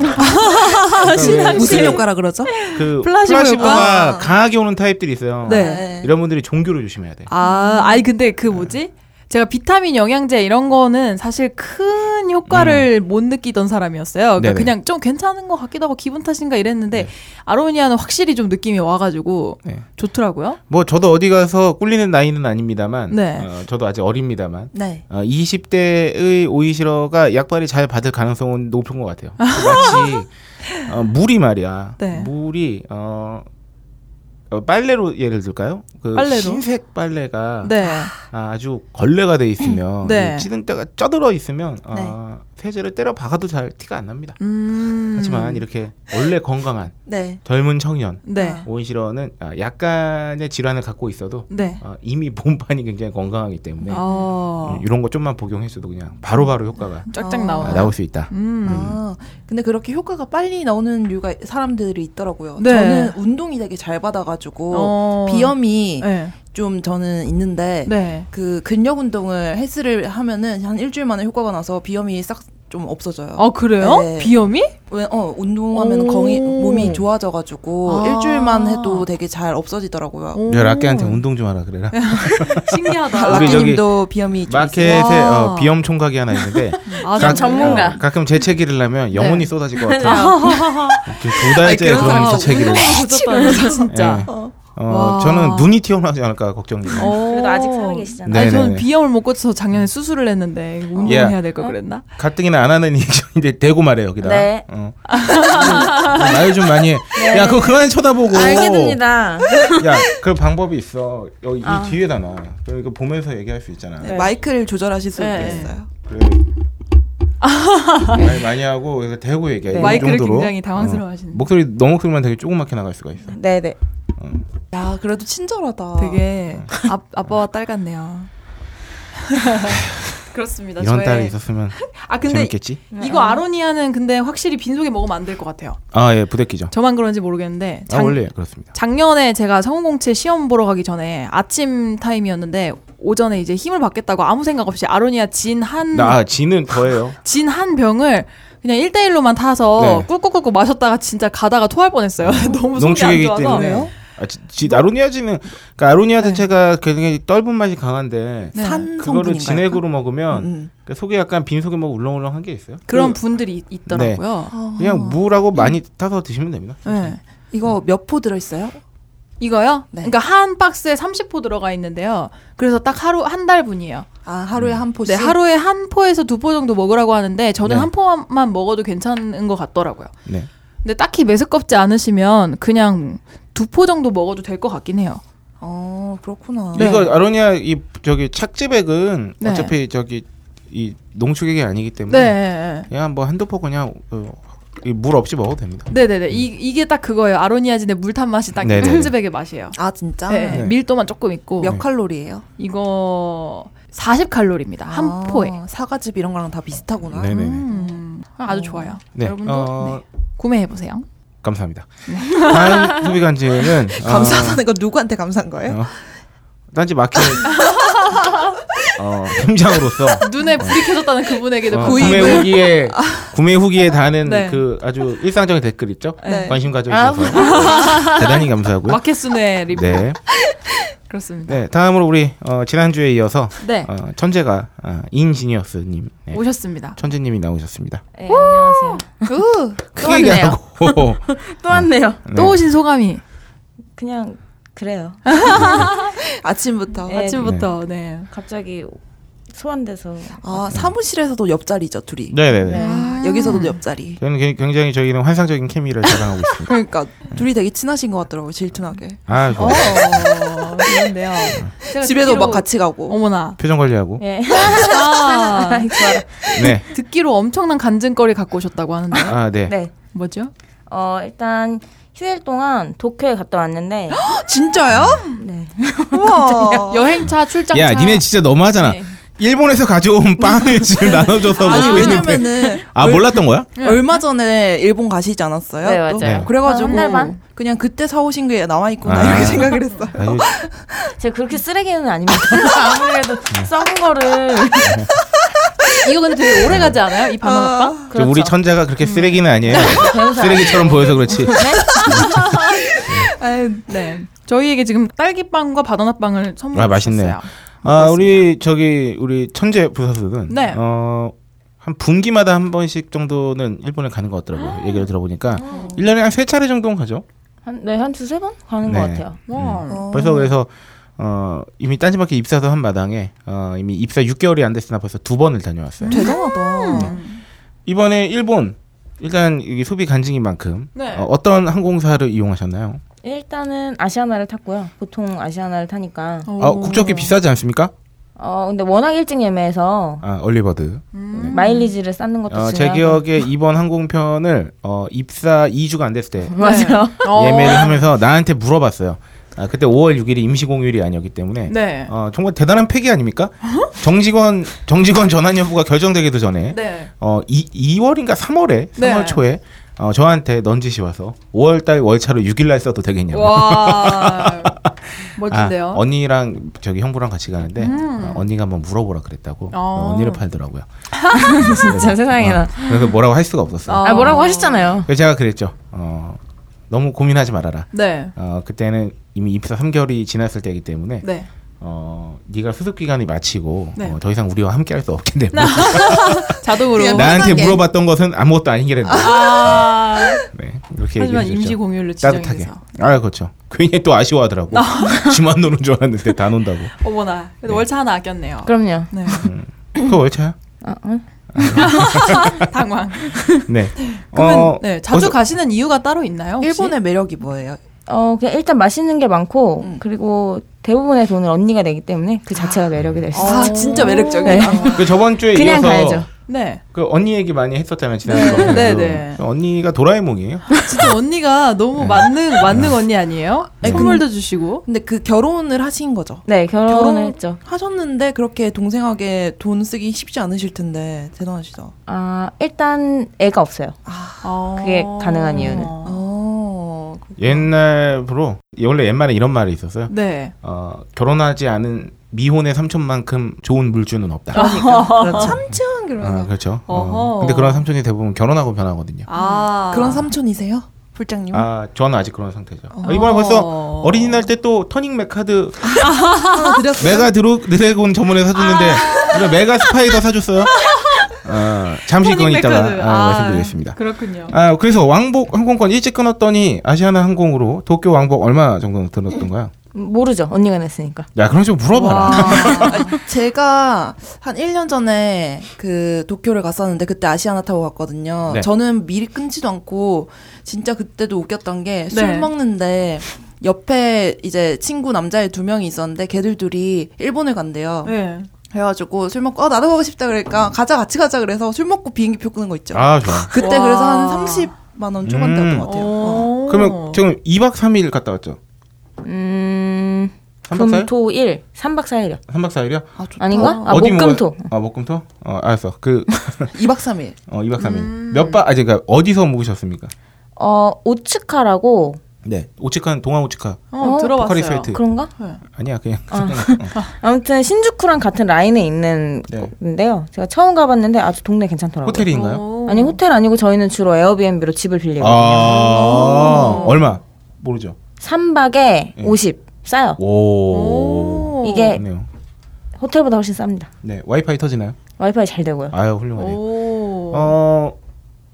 Speaker 7: 신앙심.
Speaker 1: 무슨 효과라 그러죠?
Speaker 4: 그
Speaker 7: 플라시보
Speaker 4: 플라시보가
Speaker 1: 효과?
Speaker 4: 강하게 오는 타입들이 있어요.
Speaker 7: 네.
Speaker 4: 이런 분들이 종교를 조심해야 돼.
Speaker 7: 아, 아니 근데 그 뭐지? 제가 비타민 영양제 이런 거는 사실 큰 효과를 못 느끼던 사람이었어요. 그러니까
Speaker 4: 음. 네네.
Speaker 7: 그냥 좀 괜찮은 것 같기도 하고 기분 탓인가 이랬는데
Speaker 4: 네.
Speaker 7: 아로니아는 확실히 좀 느낌이 와가지고
Speaker 4: 네.
Speaker 7: 좋더라고요.
Speaker 4: 뭐 저도 어디 가서 꿀리는 나이는 아닙니다만,
Speaker 7: 네.
Speaker 4: 어, 저도 아직 어립니다만.
Speaker 1: 네.
Speaker 4: 어, 20대의 오이시러가 약발이 잘 받을 가능성은 높은 것 같아요. 마치 어, 물이 말이야.
Speaker 7: 네.
Speaker 4: 물이 어, 어, 빨래로 예를 들까요? 그
Speaker 7: 빨래로?
Speaker 4: 흰색 빨래가
Speaker 7: 네.
Speaker 4: 아, 아주 걸레가 돼 있으면
Speaker 7: 네.
Speaker 4: 찌든때가 쩌들어 있으면 어, 세제를 때려 박아도 잘 티가 안 납니다.
Speaker 7: 음.
Speaker 4: 하지만 이렇게 원래 건강한
Speaker 1: 네.
Speaker 4: 젊은 청년
Speaker 7: 네.
Speaker 4: 오이시러는 아, 약간의 질환을 갖고 있어도
Speaker 7: 네.
Speaker 4: 어, 이미 몸판이 굉장히 건강하기 때문에
Speaker 7: 어.
Speaker 4: 음, 이런 거 좀만 복용해줘도 그냥 바로바로 효과가
Speaker 7: 쫙쫙
Speaker 1: 어.
Speaker 4: 아,
Speaker 7: 나와.
Speaker 4: 나올 수 있다.
Speaker 7: 음.
Speaker 1: 아, 근데 그렇게 효과가 빨리 나오는 이유가 사람들이 있더라고요.
Speaker 7: 네.
Speaker 1: 저는 운동이 되게 잘 받아가지고
Speaker 7: 어.
Speaker 1: 뭐 비염이
Speaker 7: 네.
Speaker 1: 좀 저는 있는데
Speaker 7: 네.
Speaker 1: 그 근력 운동을 헬스를 하면은 한 일주일 만에 효과가 나서 비염이 싹 좀 없어져요.
Speaker 7: 아 그래요?
Speaker 1: 네.
Speaker 7: 비염이?
Speaker 1: 왜, 어, 운동하면
Speaker 7: 오.
Speaker 1: 건이, 몸이 좋아져가지고
Speaker 7: 아.
Speaker 1: 일주일만 해도 되게 잘 없어지더라고요. 아,
Speaker 7: 오.
Speaker 4: 야, 라떼한테 운동 좀 하라 그래라.
Speaker 7: 신기하다.
Speaker 4: 우리 저기
Speaker 1: 라키님도 비염이 좀 있어요.
Speaker 4: 마켓에
Speaker 7: 와.
Speaker 4: 어, 비염 총각이 하나 있는데 가-
Speaker 7: 아, 좀
Speaker 4: 어,
Speaker 6: 전문가.
Speaker 4: 가끔 재채기를 하면 영혼이
Speaker 7: 네.
Speaker 4: 쏟아질 것 같아요. 지금 두 달째
Speaker 1: 아니, 그런
Speaker 4: 그런
Speaker 1: 사람
Speaker 4: 재채기를.
Speaker 7: 운동을 고쳤다는 거 진짜.
Speaker 4: 예. 어. 어,
Speaker 7: 와.
Speaker 4: 저는 눈이 튀어나오지 않을까 걱정돼요.
Speaker 7: 그래도
Speaker 6: 아직 살아계시잖아요.
Speaker 7: 아니 저는
Speaker 4: 네네네.
Speaker 7: 비염을 못 고쳐서 작년에 수술을 했는데 운동해야
Speaker 4: 예.
Speaker 7: 될 걸 그랬나?
Speaker 4: 가뜩이나 안 하는 리액션인데 대고 말해 여기다.
Speaker 6: 네.
Speaker 4: 어. 말 좀 많이 해.
Speaker 7: 네.
Speaker 4: 야 그거 그만해 쳐다보고.
Speaker 6: 알겠습니다.
Speaker 4: 야, 그 방법이 있어. 여기 이
Speaker 7: 아.
Speaker 4: 뒤에다 놔. 그럼 이거 보면서 얘기할 수 있잖아.
Speaker 6: 네.
Speaker 1: 마이크를 조절하실 수
Speaker 6: 네.
Speaker 1: 있어요.
Speaker 4: 그래. 말 많이 하고 그래서 대고 얘기해.
Speaker 6: 네.
Speaker 4: 이
Speaker 7: 마이크를
Speaker 4: 정도로.
Speaker 7: 굉장히
Speaker 4: 어.
Speaker 7: 당황스러워하시는.
Speaker 4: 목소리 너무 크면 되게 조그맣게 나갈 수가 있어.
Speaker 6: 네네.
Speaker 1: 야 그래도 친절하다.
Speaker 7: 되게 아, 아빠와 딸 같네요. 그렇습니다.
Speaker 4: 이런
Speaker 7: 저의-
Speaker 4: 딸이 있었으면
Speaker 7: 아 근데
Speaker 4: 재밌겠지?
Speaker 7: 이거 아로니아는 근데 확실히 빈속에 먹으면 안 될 것 같아요.
Speaker 4: 아, 예, 부대끼죠.
Speaker 7: 저만 그런지 모르겠는데
Speaker 4: 아, 원래 그렇습니다.
Speaker 7: 작년에 제가 성공체 시험 보러 가기 전에 아침 타임이었는데 오전에 이제 힘을 받겠다고 아무 생각 없이 아로니아 진한
Speaker 4: 나 아, 지는 더해요.
Speaker 7: 진 한 병을 그냥 1대1로만 타서
Speaker 4: 네.
Speaker 7: 꿀꿀꿀꿀 마셨다가 진짜 가다가 토할 뻔했어요. 너무 속이 안
Speaker 4: 농축이기
Speaker 7: 좋아서. 네.
Speaker 4: 때문에. 아, 지, 지, 아로니아지는 그러니까 아로니아 자체가 굉장히 떫은 맛이 강한데
Speaker 7: 네.
Speaker 1: 산
Speaker 4: 그거를
Speaker 1: 성분인가요?
Speaker 4: 진액으로 먹으면
Speaker 1: 음.
Speaker 4: 그 속에 약간 빈 속에 뭐 울렁울렁한 게 있어요.
Speaker 7: 그런
Speaker 4: 그-
Speaker 7: 분들이 있- 있더라고요.
Speaker 1: 어.
Speaker 4: 그냥 무라고 많이 타서 드시면 됩니다.
Speaker 7: 네.
Speaker 1: 이거 몇 포 들어있어요?
Speaker 7: 이거요?
Speaker 1: 네.
Speaker 7: 그러니까 한 박스에 30포 들어가 있는데요. 그래서 딱 하루 한 달 분이에요.
Speaker 1: 아 하루에 한
Speaker 7: 네,
Speaker 1: 포씩.
Speaker 7: 하루에 한 포에서 두 포 정도 먹으라고 하는데 저는
Speaker 4: 네.
Speaker 7: 한 포만 먹어도 괜찮은 것 같더라고요.
Speaker 4: 네.
Speaker 7: 근데 딱히 메스껍지 않으시면 그냥 두 포 정도 먹어도 될 것 같긴 해요.
Speaker 1: 어 그렇구나.
Speaker 7: 네.
Speaker 4: 이거 아로니아 이 저기 착지백은
Speaker 7: 네.
Speaker 4: 어차피 저기 이 농축액이 아니기 때문에
Speaker 7: 네.
Speaker 4: 그냥 뭐 한두 포 그냥 어, 이물 없이 먹어도 됩니다.
Speaker 7: 네네네. 이, 이게 딱 그거예요. 아로니아진의 물탄 맛이 딱이
Speaker 4: 네네네.
Speaker 7: 톨즈백의 맛이에요.
Speaker 1: 아 진짜?
Speaker 7: 네,
Speaker 4: 네.
Speaker 7: 밀도만 조금 있고
Speaker 1: 몇 칼로리예요?
Speaker 7: 이거 40칼로리입니다. 한
Speaker 1: 아,
Speaker 7: 포에.
Speaker 1: 사과즙 이런 거랑 다 비슷하구나.
Speaker 4: 네네네.
Speaker 7: 음, 아주 좋아요.
Speaker 4: 네.
Speaker 7: 여러분도
Speaker 4: 어,
Speaker 7: 네. 구매해 보세요.
Speaker 4: 감사합니다. 다음 소비 간지는
Speaker 1: 감사하다는 건 누구한테 감사한 거예요?
Speaker 4: 어, 딴지 마켓 어, 팀장으로서
Speaker 7: 눈에 불이 켜졌다는 그분에게도
Speaker 4: 네. 어, 구매
Speaker 7: 구입을
Speaker 4: 후기에 구매 후기에 다는
Speaker 7: 네.
Speaker 4: 그 아주 일상적인 댓글 있죠?
Speaker 1: 네.
Speaker 4: 관심 가져주셔서 대단히 감사하고요.
Speaker 7: 마켓 순회 리뷰
Speaker 4: 네.
Speaker 7: 그렇습니다.
Speaker 4: 네, 다음으로 우리 어, 지난주에 이어서
Speaker 7: 네.
Speaker 4: 어, 천재가 아, 인지니어스님 네.
Speaker 7: 오셨습니다.
Speaker 4: 천재님이 나오셨습니다.
Speaker 6: 네, 안녕하세요.
Speaker 1: 그
Speaker 4: 크게 얘기하고
Speaker 6: 또 왔네요.
Speaker 4: 네.
Speaker 7: 또 오신 소감이
Speaker 6: 그냥 그래요.
Speaker 7: 아.
Speaker 1: 아침부터.
Speaker 6: 네.
Speaker 7: 아침부터 네.
Speaker 6: 갑자기 소환돼서
Speaker 1: 아 사무실에서도 옆자리죠 둘이.
Speaker 4: 네네네.
Speaker 1: 아, 여기서도 옆자리.
Speaker 4: 저는 굉- 굉장히 저희는 환상적인 케미를 자랑하고 있습니다.
Speaker 1: 그러니까 둘이 되게 친하신 것 같더라고 요 질투나게.
Speaker 4: 아,
Speaker 7: 어,
Speaker 4: 좋아. 네.
Speaker 7: 그런데요. 제가
Speaker 1: 집에도
Speaker 7: 듣기로-
Speaker 1: 막 같이 가고.
Speaker 7: 어머나.
Speaker 4: 표정 관리하고.
Speaker 7: 네.
Speaker 6: 예.
Speaker 7: 아,
Speaker 4: 네.
Speaker 7: 듣기로 엄청난 간증거리 갖고 오셨다고 하는데
Speaker 4: 아, 네.
Speaker 6: 네.
Speaker 7: 뭐죠?
Speaker 6: 어 일단 휴일 동안 도쿄에 갔다 왔는데
Speaker 1: 진짜요?
Speaker 6: 네.
Speaker 1: 우와.
Speaker 7: 여행차 출장차.
Speaker 4: 야, 니네 진짜 너무하잖아.
Speaker 7: 네.
Speaker 4: 일본에서 가져온 빵을 지금 나눠줘서
Speaker 1: 아니
Speaker 4: 먹고 있는데.
Speaker 1: 왜냐면은
Speaker 4: 아, 몰랐던 거야?
Speaker 1: 네. 얼마 전에 일본 가시지 않았어요?
Speaker 6: 네,
Speaker 1: 또?
Speaker 6: 맞아요.
Speaker 4: 네.
Speaker 1: 그래가지고
Speaker 6: 한 달만?
Speaker 1: 그냥 그때 사오신 게 나와 있구나
Speaker 4: 아.
Speaker 1: 이렇게 생각을 했어. 요
Speaker 4: 아유,
Speaker 6: 제가 그렇게 쓰레기는 아닙니다. 아무래도
Speaker 4: 네.
Speaker 6: 썩은 거를
Speaker 7: 이거 근데 되게 오래 가지 않아요? 이 그렇죠. 방어빵?
Speaker 4: 저 우리 천재가 그렇게 쓰레기는 아니에요.
Speaker 6: 배운 사람.
Speaker 4: 쓰레기처럼 보여서 그렇지.
Speaker 7: 네. 저희에게 지금 딸기빵과 바나나빵을 선물해
Speaker 4: 아, 맛있네요.
Speaker 7: 주셨어요.
Speaker 4: 아, 우리 저기 우리 천재 부사수는
Speaker 7: 네.
Speaker 4: 어, 한 분기마다 한 번씩 정도는 일본에 가는 것 같더라고요. 얘기를 아. 들어보니까 일년에 한 세 차례 정도는 가죠.
Speaker 6: 한, 네, 한 두세 번 가는
Speaker 4: 네.
Speaker 6: 것 같아요.
Speaker 7: 와.
Speaker 4: 벌써 그래서 어, 이미 딴지마켓 입사도 한 마당에 어, 이미 입사 6개월이 안 됐으나 벌써 두 번을 다녀왔어요.
Speaker 1: 대단하다.
Speaker 4: 이번에 일본 일단 여기 소비 간증인 만큼
Speaker 7: 네.
Speaker 4: 어, 어떤 항공사를 이용하셨나요?
Speaker 6: 일단은 아시아나를 탔고요. 보통 아시아나를 타니까
Speaker 4: 아, 국적기 비싸지 않습니까?
Speaker 6: 어 근데 워낙 일찍 예매해서
Speaker 4: 아, 얼리버드.
Speaker 7: 음.
Speaker 6: 마일리지를 쌓는 것도
Speaker 4: 어, 제
Speaker 6: 중요하고
Speaker 4: 기억에 이번 항공편을 어, 입사 2주가 안 됐을 때
Speaker 6: 맞아요.
Speaker 7: 어.
Speaker 4: 예매를 하면서 나한테 물어봤어요. 아, 그때 5월 6일이 임시 공휴일이 아니었기 때문에
Speaker 7: 네.
Speaker 4: 어, 정말 대단한 패기 아닙니까? 정직원 정직원 전환 여부가 결정되기도 전에
Speaker 7: 네.
Speaker 4: 어, 이, 2월인가 3월에 3월
Speaker 7: 네.
Speaker 4: 초에 어, 저한테 넌지시 와서 5월달 월차로 6일날 써도 되겠냐고.
Speaker 7: 와.
Speaker 4: 아,
Speaker 7: 멋진데요. 음.
Speaker 4: 언니랑 저기 형부랑 같이 가는데 어, 언니가 한번 물어보라 그랬다고
Speaker 7: 어.
Speaker 4: 어, 언니를 팔더라고요.
Speaker 6: 진짜 세상에나.
Speaker 4: 어, 그래서 뭐라고 할 수가 없었어요.
Speaker 7: 어.
Speaker 6: 아 뭐라고 하셨잖아요.
Speaker 4: 그래서 제가 그랬죠. 어, 너무 고민하지 말아라.
Speaker 7: 네.
Speaker 4: 어, 그때는 이미 입사 3개월이 지났을 때이기 때문에
Speaker 7: 네.
Speaker 4: 어, 네가 수습 기간이 마치고
Speaker 7: 네.
Speaker 4: 어, 더 이상 우리와 함께 할 수 없기 때문에
Speaker 7: 자동으로.
Speaker 1: 그냥
Speaker 4: 나한테
Speaker 1: 편하게.
Speaker 4: 물어봤던 것은 아무것도 아니게 된다.
Speaker 7: 아. 아,
Speaker 4: 네, 이렇게
Speaker 7: 하지만
Speaker 4: 얘기해
Speaker 7: 임시
Speaker 4: 주셨죠.
Speaker 7: 공휴일로
Speaker 4: 따뜻하게.
Speaker 7: 지정해서.
Speaker 4: 아 그렇죠. 괜히 또 아쉬워하더라고. 지만 노는 줄 알았는데 다 논다고.
Speaker 7: 어머나. 그래도
Speaker 4: 네.
Speaker 7: 월차 하나 아꼈네요.
Speaker 6: 그럼요.
Speaker 7: 네.
Speaker 4: 그거 월차야?
Speaker 6: 아, 응?
Speaker 7: 당황.
Speaker 4: 네.
Speaker 7: 그러면
Speaker 4: 어,
Speaker 7: 네, 자주
Speaker 4: 거기서-
Speaker 7: 가시는 이유가 따로 있나요? 혹시?
Speaker 1: 일본의 매력이 뭐예요?
Speaker 6: 어, 그냥 일단 맛있는 게 많고
Speaker 1: 음.
Speaker 6: 그리고 대부분의 돈을 언니가 내기 때문에 그 자체가 매력이 될 수 있어요.
Speaker 1: 아 진짜 매력적이다.
Speaker 6: 네.
Speaker 4: 그 저번 주에
Speaker 6: 그냥
Speaker 4: 이어서
Speaker 6: 가야죠.
Speaker 7: 네.
Speaker 4: 그 언니 얘기 많이 했었잖아요
Speaker 7: 네.
Speaker 4: 지난주 방송에도.
Speaker 7: 네, 네.
Speaker 4: 그 언니가 도라에몽이에요.
Speaker 7: 진짜 언니가 너무 만능 만능 언니 아니에요?
Speaker 4: 네.
Speaker 7: 선물도 주시고.
Speaker 1: 근데 그 결혼을 하신 거죠?
Speaker 6: 네, 결혼을
Speaker 1: 어. 결혼-
Speaker 6: 했죠.
Speaker 1: 하셨는데 그렇게 동생에게 돈 쓰기 쉽지 않으실 텐데 대단하시다.
Speaker 6: 아, 일단 애가 없어요.
Speaker 1: 아.
Speaker 6: 그게 가능한 이유는.
Speaker 1: 어.
Speaker 4: 옛날부로 원래 옛말에 이런 말이 있었어요.
Speaker 7: 네.
Speaker 4: 어, 결혼하지 않은 미혼의 삼촌만큼 좋은 물주는 없다.
Speaker 1: 그러니까 삼촌
Speaker 4: 아,
Speaker 1: 그런 거.
Speaker 4: 그렇죠.
Speaker 7: 어허.
Speaker 4: 어, 근데 그런 삼촌이 대부분 결혼하고 변하거든요.
Speaker 7: 아.
Speaker 1: 그런 삼촌이세요? 불장님? 은
Speaker 4: 아, 저는 아직 그런 상태죠.
Speaker 1: 어.
Speaker 4: 아, 이번에 벌써 어린이날 때 또 터닝 메카드
Speaker 1: 하나 드렸어요.
Speaker 4: 메가 드로, 드래곤 저번에 사줬는데
Speaker 1: 아.
Speaker 4: 이거 메가 스파이더 사줬어요. 어, 잠시 그건
Speaker 7: 토닝
Speaker 4: 이따가
Speaker 7: 메카드.
Speaker 4: 아, 말씀드리겠습니다.
Speaker 7: 그렇군요.
Speaker 4: 아, 그래서 왕복 항공권 일찍 끊었더니 아시아나 항공으로 도쿄 왕복 얼마 정도 들었던가요?
Speaker 6: 모르죠. 언니가 냈으니까.
Speaker 4: 야, 그런 식으로 물어봐라.
Speaker 1: 제가 한 1년 전에 그 도쿄를 갔었는데 그때 아시아나 타고 갔거든요.
Speaker 4: 네.
Speaker 1: 저는 미리 끊지도 않고 진짜 그때도 웃겼던 게 술
Speaker 7: 네.
Speaker 1: 먹는데 옆에 이제 친구 남자애 두 명이 있었는데 걔들 둘이 일본을 간대요.
Speaker 7: 네.
Speaker 1: 그래가지고 술 먹고 어, 나도 가고 싶다 그러니까 가자 같이 가자 그래서 술 먹고 비행기 표 끄는 거 있죠.
Speaker 4: 아, 좋아.
Speaker 1: 그때
Speaker 7: 와.
Speaker 1: 그래서 한 30만 원 조금 되었던
Speaker 4: 음.
Speaker 1: 것 같아요. 어.
Speaker 4: 그러면 지금 2박 3일 갔다 왔죠?
Speaker 6: 음,
Speaker 4: 3박 4일?
Speaker 6: 금토 일 3박 4일이요.
Speaker 4: 삼박 4일이요?
Speaker 7: 어.
Speaker 1: 아, 좋다.
Speaker 6: 아닌가? 아,
Speaker 4: 어디 먹어-
Speaker 6: 목금토.
Speaker 4: 아, 목금토? 어, 알았어. 그
Speaker 1: 2박 3일.
Speaker 4: 어, 2박 3일.
Speaker 6: 음.
Speaker 4: 몇 박, 아, 그러니까 어디서 묵으셨습니까?
Speaker 6: 어, 오츠카라고
Speaker 4: 네. 오치카, 동아 오치카.
Speaker 7: 어,
Speaker 6: 어,
Speaker 4: 포카리
Speaker 7: 들어봤어요.
Speaker 4: 스웨트.
Speaker 6: 그런가?
Speaker 1: 네.
Speaker 4: 아니야, 그냥.
Speaker 6: 아.
Speaker 4: 어.
Speaker 6: 아무튼 신주쿠랑 같은 라인에 있는
Speaker 4: 네.
Speaker 6: 곳인데요. 제가 처음 가봤는데 아주 동네 괜찮더라고요.
Speaker 4: 어, 호텔인가요?
Speaker 6: 아니 호텔 아니고 저희는 주로 에어비앤비로 집을 빌리거든요. 어.
Speaker 4: 아, 얼마? 모르죠.
Speaker 6: 삼박에
Speaker 4: 예.
Speaker 6: 50 싸요.
Speaker 4: 오.
Speaker 6: 이게
Speaker 4: 좋네요.
Speaker 6: 호텔보다 훨씬 쌉니다.
Speaker 4: 네, 와이파이 터지나요?
Speaker 6: 와이파이 잘 되고요.
Speaker 4: 아유, 훌륭하네.
Speaker 7: 오.
Speaker 4: 어,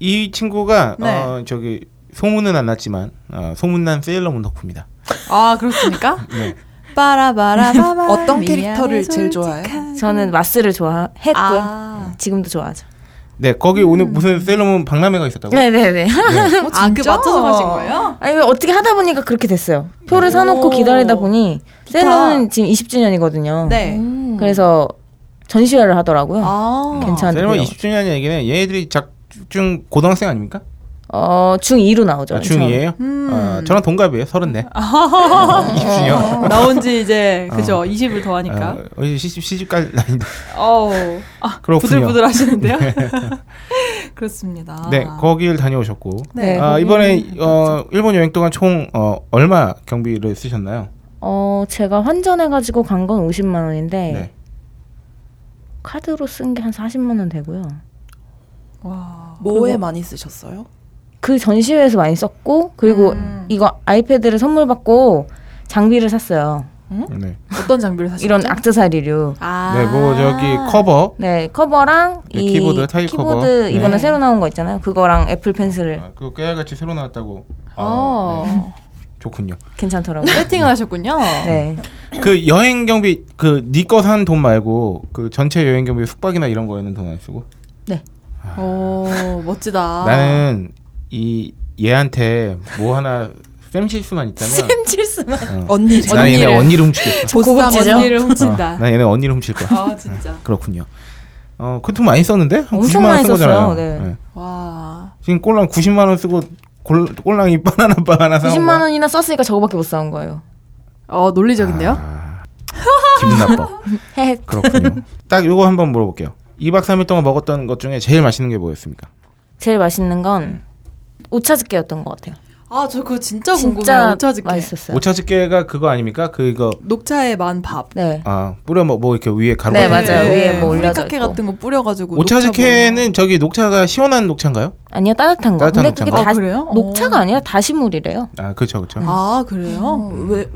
Speaker 4: 이 친구가
Speaker 7: 네.
Speaker 4: 어, 저기 소문은 안 났지만 어, 소문난 세일러문 덕후입니다.
Speaker 7: 아 그렇습니까?
Speaker 4: 네.
Speaker 7: 빠라바라 빠바.
Speaker 1: 어떤 캐릭터를 제일 좋아해요?
Speaker 6: 저는 마스를 좋아했고요.
Speaker 7: 아.
Speaker 6: 지금도 좋아하죠.
Speaker 4: 네, 거기
Speaker 7: 음.
Speaker 4: 오늘 무슨 세일러문 박람회가 있었다고?
Speaker 6: 네네네.
Speaker 4: 네.
Speaker 1: 어,
Speaker 7: 아, 그 맞춰서 가신 거예요?
Speaker 6: 아니 왜 어떻게 하다 보니까 그렇게 됐어요. 표를 사놓고
Speaker 7: 오.
Speaker 6: 기다리다 보니 셀러는 지금 20주년이거든요. 음.
Speaker 7: 네.
Speaker 6: 그래서 전시회를 하더라고요.
Speaker 7: 아.
Speaker 6: 괜찮은데요.
Speaker 4: 세일러문 20주년 얘기는 얘네들이 작중 고등학생 아닙니까?
Speaker 6: 어, 중2로 나오죠.
Speaker 4: 아, 중2예요?
Speaker 7: 음. 아.
Speaker 4: 어, 저랑 동갑이에요. 34. 20주년. 아,
Speaker 7: 나온 지 이제 어. 그죠 20을 더하니까.
Speaker 4: 어, 이제 시집 시집갈 나이인데.
Speaker 7: 어. 그러니까. 아,
Speaker 4: 그렇군요.
Speaker 7: 부들부들 하시는데요. 그렇습니다.
Speaker 4: 네,
Speaker 7: 아.
Speaker 4: 거길 다녀오셨고.
Speaker 6: 네.
Speaker 4: 아, 이번에 어, 일본 여행 동안 총 어, 얼마 경비를 쓰셨나요?
Speaker 6: 어, 제가 환전해가지고 간 건 50만 원인데
Speaker 4: 네.
Speaker 6: 카드로 쓴 게 한 40만 원 되고요.
Speaker 7: 와.
Speaker 1: 뭐에 많이 쓰셨어요?
Speaker 6: 그 전시회에서 많이 썼고 그리고
Speaker 7: 음.
Speaker 6: 이거 아이패드를 선물 받고 장비를 샀어요.
Speaker 4: 네.
Speaker 7: 어떤 장비를 사셨죠?
Speaker 6: 이런 악세사리류.
Speaker 7: 아.
Speaker 4: 네, 뭐 저기 커버
Speaker 6: 네 커버랑
Speaker 4: 네,
Speaker 6: 이
Speaker 4: 키보드, 타일
Speaker 6: 키보드
Speaker 4: 커버.
Speaker 6: 이번에
Speaker 7: 네.
Speaker 6: 새로 나온 거 있잖아요. 그거랑 애플 펜슬
Speaker 4: 아, 그거 깨알같이 새로 나왔다고. 아, 네.
Speaker 7: 어.
Speaker 4: 좋군요.
Speaker 6: 괜찮더라고요.
Speaker 7: 세팅을 하셨군요.
Speaker 6: 네.
Speaker 4: 그 여행 경비 그 니 거 산 돈 말고 그 전체 여행 경비 숙박이나 이런 거에는 돈 안 쓰고
Speaker 7: 오,
Speaker 6: 아.
Speaker 7: 멋지다.
Speaker 4: 나는 이 얘한테 뭐 하나 쌤실수만 있다면
Speaker 6: 실수만.
Speaker 1: 언니
Speaker 4: 나는 얘네
Speaker 7: 언니를.
Speaker 4: 언니를 훔칠 거야.
Speaker 1: 보쌈
Speaker 6: 고급지죠?
Speaker 1: 언니.
Speaker 7: 언니를
Speaker 4: 어,
Speaker 7: 훔친다.
Speaker 4: 난 얘네 언니를 훔칠 거야.
Speaker 7: 아, 진짜.
Speaker 4: 그렇군요. 어, 그 돈 많이 썼는데? 한
Speaker 6: 엄청
Speaker 4: 90만 원
Speaker 6: 많이
Speaker 4: 쓴 거잖아요. 예.
Speaker 6: 썼어요, 네.
Speaker 7: 와.
Speaker 4: 지금 꼴랑 90만 원 쓰고 골, 꼴랑이 바나나 빵 하나 사온
Speaker 6: 90만
Speaker 4: 거야.
Speaker 6: 원이나 썼으니까 저거밖에 못 사온 거예요.
Speaker 7: 어, 논리적인데요?
Speaker 4: 아, 기분 나빠.
Speaker 6: 헤헤.
Speaker 4: 그렇군요. 딱 요거 한번 물어볼게요. 2박 3일 동안 먹었던 것 중에 제일 맛있는 게 뭐였습니까?
Speaker 6: 제일 맛있는 건 오차즈케였던 것 같아요.
Speaker 7: 아, 저 그거 진짜 궁금해요.
Speaker 6: 진짜
Speaker 7: 오차즈케.
Speaker 6: 맛있었어요.
Speaker 4: 오차즈케가 그거 아닙니까? 그거
Speaker 7: 녹차에 만 밥.
Speaker 6: 네.
Speaker 4: 아, 뿌려 뭐, 뭐 이렇게 위에 가루
Speaker 6: 네,
Speaker 4: 같은 거.
Speaker 6: 맞아요. 위에 뭐 올려져
Speaker 7: 카케
Speaker 6: 있고.
Speaker 7: 같은 거 뿌려가지고.
Speaker 4: 오차즈케는 저기 녹차가 시원한 녹차인가요?
Speaker 6: 아니요 따뜻한 거.
Speaker 4: 따뜻한
Speaker 6: 근데 그게
Speaker 4: 녹차인가?
Speaker 6: 다
Speaker 7: 아, 그래요?
Speaker 6: 녹차가
Speaker 7: 어.
Speaker 6: 아니라 다시물이래요.
Speaker 4: 아, 그렇죠. 그렇죠.
Speaker 7: 녹차 먹는 거. 아, 그래요?
Speaker 1: 어, 왜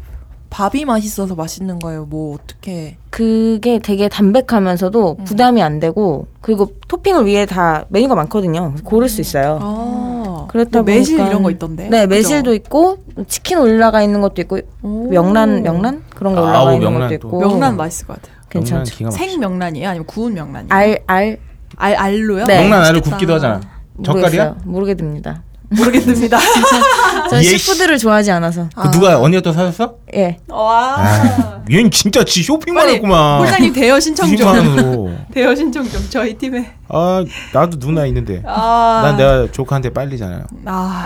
Speaker 1: 밥이 맛있어서 맛있는 거예요? 뭐 어떻게?
Speaker 6: 그게 되게 담백하면서도
Speaker 7: 음.
Speaker 6: 부담이 안 되고 그리고 토핑을 위에 다 메뉴가 많거든요. 그래서 고를 수 있어요.
Speaker 7: 아. 많다.
Speaker 6: 그렇다
Speaker 7: 근데 매실
Speaker 6: 보니까-
Speaker 7: 이런 거 있던데.
Speaker 6: 네, 매실도 있고 치킨 올라가 있는 것도 있고 명란 명란 그런 거
Speaker 4: 아우,
Speaker 6: 올라가 있는
Speaker 4: 명란
Speaker 6: 것도
Speaker 4: 또.
Speaker 6: 있고 어.
Speaker 7: 명란 맛있을 것 같아요.
Speaker 4: 명란
Speaker 6: 괜찮죠.
Speaker 4: 기가 막혀.
Speaker 7: 생 명란이에요? 아니면 구운 명란이에요?
Speaker 6: 알 알
Speaker 7: 알 알로요?
Speaker 6: 네.
Speaker 4: 명란 알을
Speaker 7: 맛있겠다.
Speaker 4: 굽기도 하잖아. 젓갈이야? 아.
Speaker 6: 모르겠어요. 모르게 됩니다.
Speaker 7: 모르겠습니다.
Speaker 6: 저는
Speaker 4: 예씨.
Speaker 6: 식푸드를 좋아하지 않아서
Speaker 4: 그 누가 언니였다 사줬어?
Speaker 6: 예
Speaker 7: 와.
Speaker 4: 아, 얘는 진짜 지 쇼핑만
Speaker 7: 빨리
Speaker 4: 했구만.
Speaker 7: 홀장님 대여 신청 좀.
Speaker 4: 90만 원으로.
Speaker 7: 대여 신청 좀 저희 팀에.
Speaker 4: 아 나도 누나 있는데.
Speaker 7: 아.
Speaker 4: 난 내가 조카한테 빨리잖아요.
Speaker 7: 아.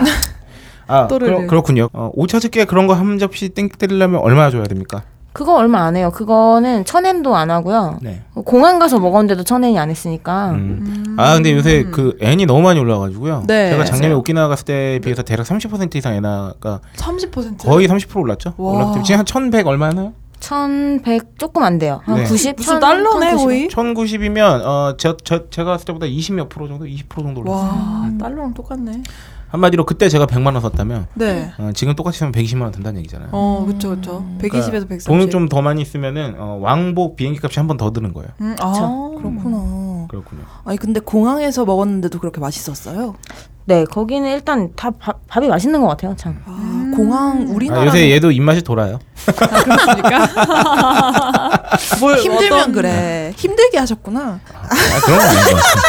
Speaker 4: 아
Speaker 7: 또르르.
Speaker 4: 그렇군요 어, 5차 집게 그런 거 한 접시 땡 때리려면 얼마나 줘야 됩니까?
Speaker 6: 그거 얼마 안 해요. 그거는 천엔도 안 하고요.
Speaker 4: 네.
Speaker 6: 공항 가서 먹었는데도 천엔이 안 했으니까
Speaker 4: 음. 아 근데 요새 그 N이 너무 많이 올라가지고요.
Speaker 7: 네.
Speaker 4: 제가 작년에 오키나와 갔을 때에 비해서 대략 30% 이상 엔화가
Speaker 7: 30%.
Speaker 4: 거의 30% 올랐죠.
Speaker 7: 와.
Speaker 4: 올랐기 때문에 지금 한1,100 얼마 하나요?
Speaker 6: 천백 조금 안 돼요. 한
Speaker 4: 네.
Speaker 6: 90?
Speaker 7: 무슨 달러네 거의.
Speaker 4: 1,090이면 어저 저, 제가 갔을 때보다 20몇 프로 정도, 20% 정도 올랐어요.
Speaker 7: 와, 달러랑 똑같네.
Speaker 4: 한마디로 그때 제가 100만 원 썼다면
Speaker 7: 네.
Speaker 4: 어, 지금 똑같이 쓰면 120만 원 든다는 얘기잖아요.
Speaker 7: 어, 그렇죠. 그쵸, 그쵸. 120에서 130.
Speaker 4: 돈을 그러니까 좀 더 많이 쓰면은 어, 왕복 비행기 값이 한 번 더 드는 거예요.
Speaker 7: 음, 아,
Speaker 1: 그렇구나.
Speaker 4: 그렇군요.
Speaker 1: 아니 근데 공항에서 먹었는데도 그렇게 맛있었어요.
Speaker 6: 네 거기는 일단 다 밥, 밥이 맛있는 것 같아요. 참.
Speaker 1: 아, 공항 우리나라
Speaker 4: 아, 요새 얘도 입맛이 돌아요.
Speaker 7: 뭘
Speaker 1: 아, 힘들면
Speaker 7: 어떤-
Speaker 1: 그래. 힘들게 하셨구나.
Speaker 4: 아, 그런 건 아닌 것 같아요.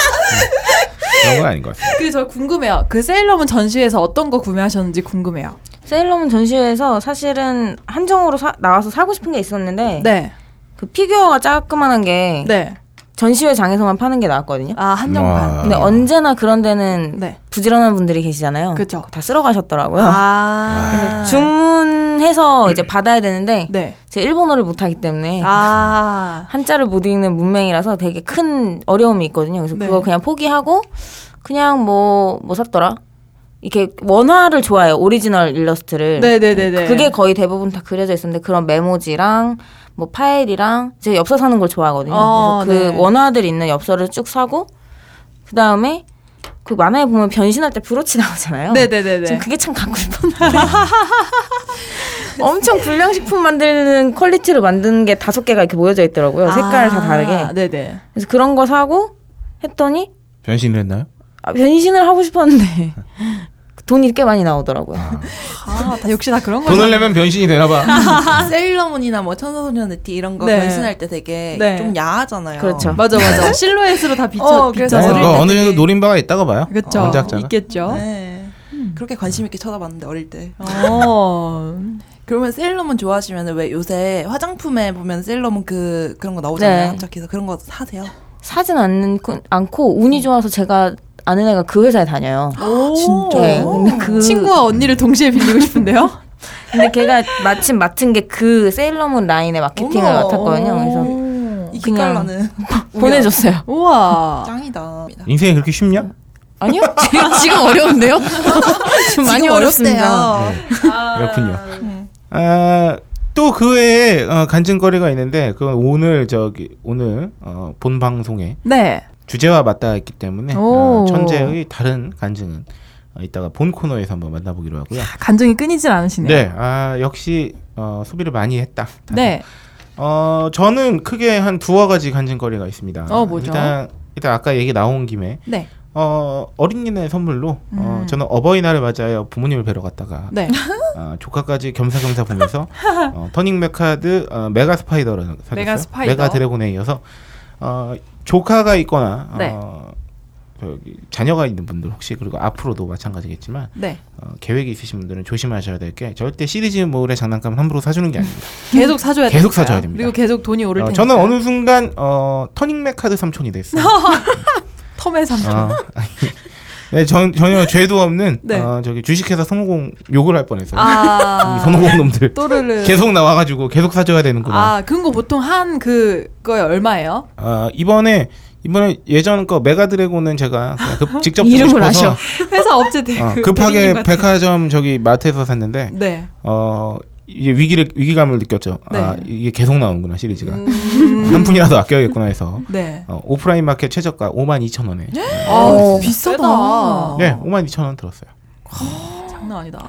Speaker 4: 네. 그런 건 아닌 것 같아요.
Speaker 7: 그 저 궁금해요. 그 세일러문 전시회에서 어떤 거 구매하셨는지 궁금해요.
Speaker 6: 세일러문 전시회에서 사실은 한정으로 사- 나와서 사고 싶은 게 있었는데
Speaker 7: 네.
Speaker 6: 그 피규어가 작그만한 게
Speaker 7: 네.
Speaker 6: 전시회장에서만 파는 게 나왔거든요.
Speaker 7: 아, 한정판.
Speaker 4: 와.
Speaker 6: 근데 언제나 그런 데는
Speaker 7: 네.
Speaker 6: 부지런한 분들이 계시잖아요.
Speaker 7: 그쵸.
Speaker 6: 다 쓸어 가셨더라고요.
Speaker 7: 아.
Speaker 6: 주문해서 이제 받아야 되는데
Speaker 7: 네.
Speaker 6: 제가 일본어를 못하기 때문에
Speaker 7: 아.
Speaker 6: 한자를 못 읽는 문맹이라서 되게 큰 어려움이 있거든요. 그래서
Speaker 7: 네.
Speaker 6: 그거 그냥 포기하고 그냥 뭐, 뭐 샀더라? 이렇게 원화를 좋아해요. 오리지널 일러스트를.
Speaker 7: 네네네네.
Speaker 6: 그게 거의 대부분 다 그려져 있었는데 그런 메모지랑 뭐 파일이랑 제가 엽서 사는 걸 좋아하거든요.
Speaker 7: 어,
Speaker 6: 그래서 그
Speaker 7: 네.
Speaker 6: 원화들 있는 엽서를 쭉 사고 그 다음에 그 만화에 보면 변신할 때 브로치 나오잖아요. 전
Speaker 7: 네네네네.
Speaker 6: 그게 참 갖고 싶었는데
Speaker 7: 네.
Speaker 6: 엄청 불량식품 만드는 퀄리티로 만든 게 다섯 개가 이렇게 모여져 있더라고요. 색깔 다
Speaker 7: 아,
Speaker 6: 다르게.
Speaker 7: 네네.
Speaker 6: 그래서 그런 거 사고 했더니
Speaker 4: 변신을 했나요?
Speaker 6: 아, 변신을 하고 싶었는데 돈이 꽤 많이 나오더라고요.
Speaker 7: 아, 다 역시 다 그런 거.
Speaker 4: 돈을 내면 변신이 되나 봐.
Speaker 1: 세일러문이나 뭐 천사소년의 티 이런 거
Speaker 7: 네.
Speaker 1: 변신할 때 되게
Speaker 7: 네.
Speaker 1: 좀 야하잖아요.
Speaker 6: 그렇죠.
Speaker 7: 맞아 맞아. 실루엣으로 다 비춰
Speaker 1: 어,
Speaker 7: 비춰.
Speaker 1: 그래서
Speaker 4: 네,
Speaker 1: 어릴
Speaker 4: 그거
Speaker 1: 때
Speaker 4: 어느 어, 정도
Speaker 1: 되게-
Speaker 4: 노린 바가 있다고 봐요.
Speaker 7: 그렇죠.
Speaker 4: 원작자가.
Speaker 7: 있겠죠.
Speaker 1: 네. 그렇게 관심 있게 쳐다봤는데 어릴 때.
Speaker 7: 어.
Speaker 1: 그러면 세일러문 좋아하시면 왜 요새 화장품에 보면 세일러문 그 그런 거 나오잖아요.
Speaker 6: 네.
Speaker 1: 합작해서 그런 거 사세요.
Speaker 6: 사진 않고, 않고 운이 좋아서 제가 아는 애가 그 회사에 다녀요.
Speaker 7: 오.
Speaker 6: 네, 근데 그
Speaker 7: 친구와 언니를 동시에 빌리고 싶은데요.
Speaker 6: 근데 걔가 마침 맡은 게 그 세일러문 라인의 마케팅을
Speaker 1: 어머.
Speaker 6: 맡았거든요. 그래서
Speaker 7: 오.
Speaker 1: 이
Speaker 6: 그냥-
Speaker 1: 기깔나는
Speaker 6: 보내줬어요.
Speaker 7: 우와.
Speaker 1: 짱이다.
Speaker 4: 인생이 그렇게 쉽냐?
Speaker 6: 아니요? 지금, 지금 어려운데요? 지금 많이
Speaker 1: 지금
Speaker 6: 어렵습니다.
Speaker 1: 어렵대요.
Speaker 4: 네.
Speaker 7: 아. 네.
Speaker 4: 그렇군요. 아, 또 그 외에 어, 간증거리가 있는데 그건 오늘 저기 오늘 어, 본 방송에
Speaker 7: 네.
Speaker 4: 주제와 맞닿았기 때문에 어,
Speaker 7: 오.
Speaker 4: 천재의 다른 간증은 어, 이따가 본 코너에서 한번 만나보기로 하고요.
Speaker 7: 간증이 끊이질 아, 않으시네요.
Speaker 4: 네, 아, 역시 어, 소비를 많이 했다.
Speaker 7: 네.
Speaker 4: 어, 저는 크게 한 두어 가지 간증거리가 있습니다.
Speaker 7: 어, 뭐죠?
Speaker 4: 일단, 일단 아까 얘기 나온 김에
Speaker 7: 네.
Speaker 4: 어, 어린이날 선물로 어,
Speaker 7: 음.
Speaker 4: 저는 어버이날을 맞아요 부모님을 뵈러 갔다가
Speaker 7: 네.
Speaker 4: 아, 조카까지 겸사겸사 보면서 어, 터닝 메카드 어, 메가 스파이더를 사겠어요.
Speaker 7: 메가 스파이더.
Speaker 4: 메가 드래곤에 이어서 어, 조카가 있거나
Speaker 7: 네.
Speaker 4: 어, 저기 자녀가 있는 분들 혹시 그리고 앞으로도 마찬가지겠지만
Speaker 7: 네.
Speaker 4: 어, 계획이 있으신 분들은 조심하셔야 될 게 절대 시리즈 물의 장난감 함부로 사주는 게 아닙니다.
Speaker 7: 계속 사줘야
Speaker 4: 계속
Speaker 7: 되니까요.
Speaker 4: 사줘야 됩니다.
Speaker 7: 그리고 계속 돈이 오를
Speaker 4: 어,
Speaker 7: 테니까.
Speaker 4: 저는 어느 순간 어, 터닝 메카드 삼촌이 됐어요.
Speaker 7: 텀에 삼촌.
Speaker 4: 어, 아니, 네, 전, 전혀 죄도 없는
Speaker 7: 네.
Speaker 4: 어, 저기 주식회사 손오공 욕을 할 뻔했어요.
Speaker 7: 아.
Speaker 4: 이 손오공 놈들
Speaker 7: 또르르.
Speaker 4: 계속 나와가지고 계속 사줘야 되는구나.
Speaker 7: 아, 그런 거 보통 한 그거에 얼마예요?
Speaker 4: 아, 이번에 이번에 예전 거 메가 드래곤은 제가 그냥 급- 직접 보고
Speaker 6: 이름을
Speaker 4: 싶어서
Speaker 7: 회사 업체 대
Speaker 4: 어,
Speaker 7: 그 대리님
Speaker 4: 급하게
Speaker 7: 같은-
Speaker 4: 백화점 저기 마트에서 샀는데
Speaker 7: 네.
Speaker 4: 어 이제 위기를 위기감을 느꼈죠. 아
Speaker 7: 네.
Speaker 4: 이게 계속 나오는구나 시리즈가
Speaker 7: 음.
Speaker 4: 한 푼이라도 아껴야겠구나 해서
Speaker 7: 네.
Speaker 4: 어, 오프라인 마켓 최저가 5만 2천 원에
Speaker 7: 아,
Speaker 1: 세다.
Speaker 7: 비싸다.
Speaker 4: 네 5만 2천 원 들었어요.
Speaker 7: 장난 아니다.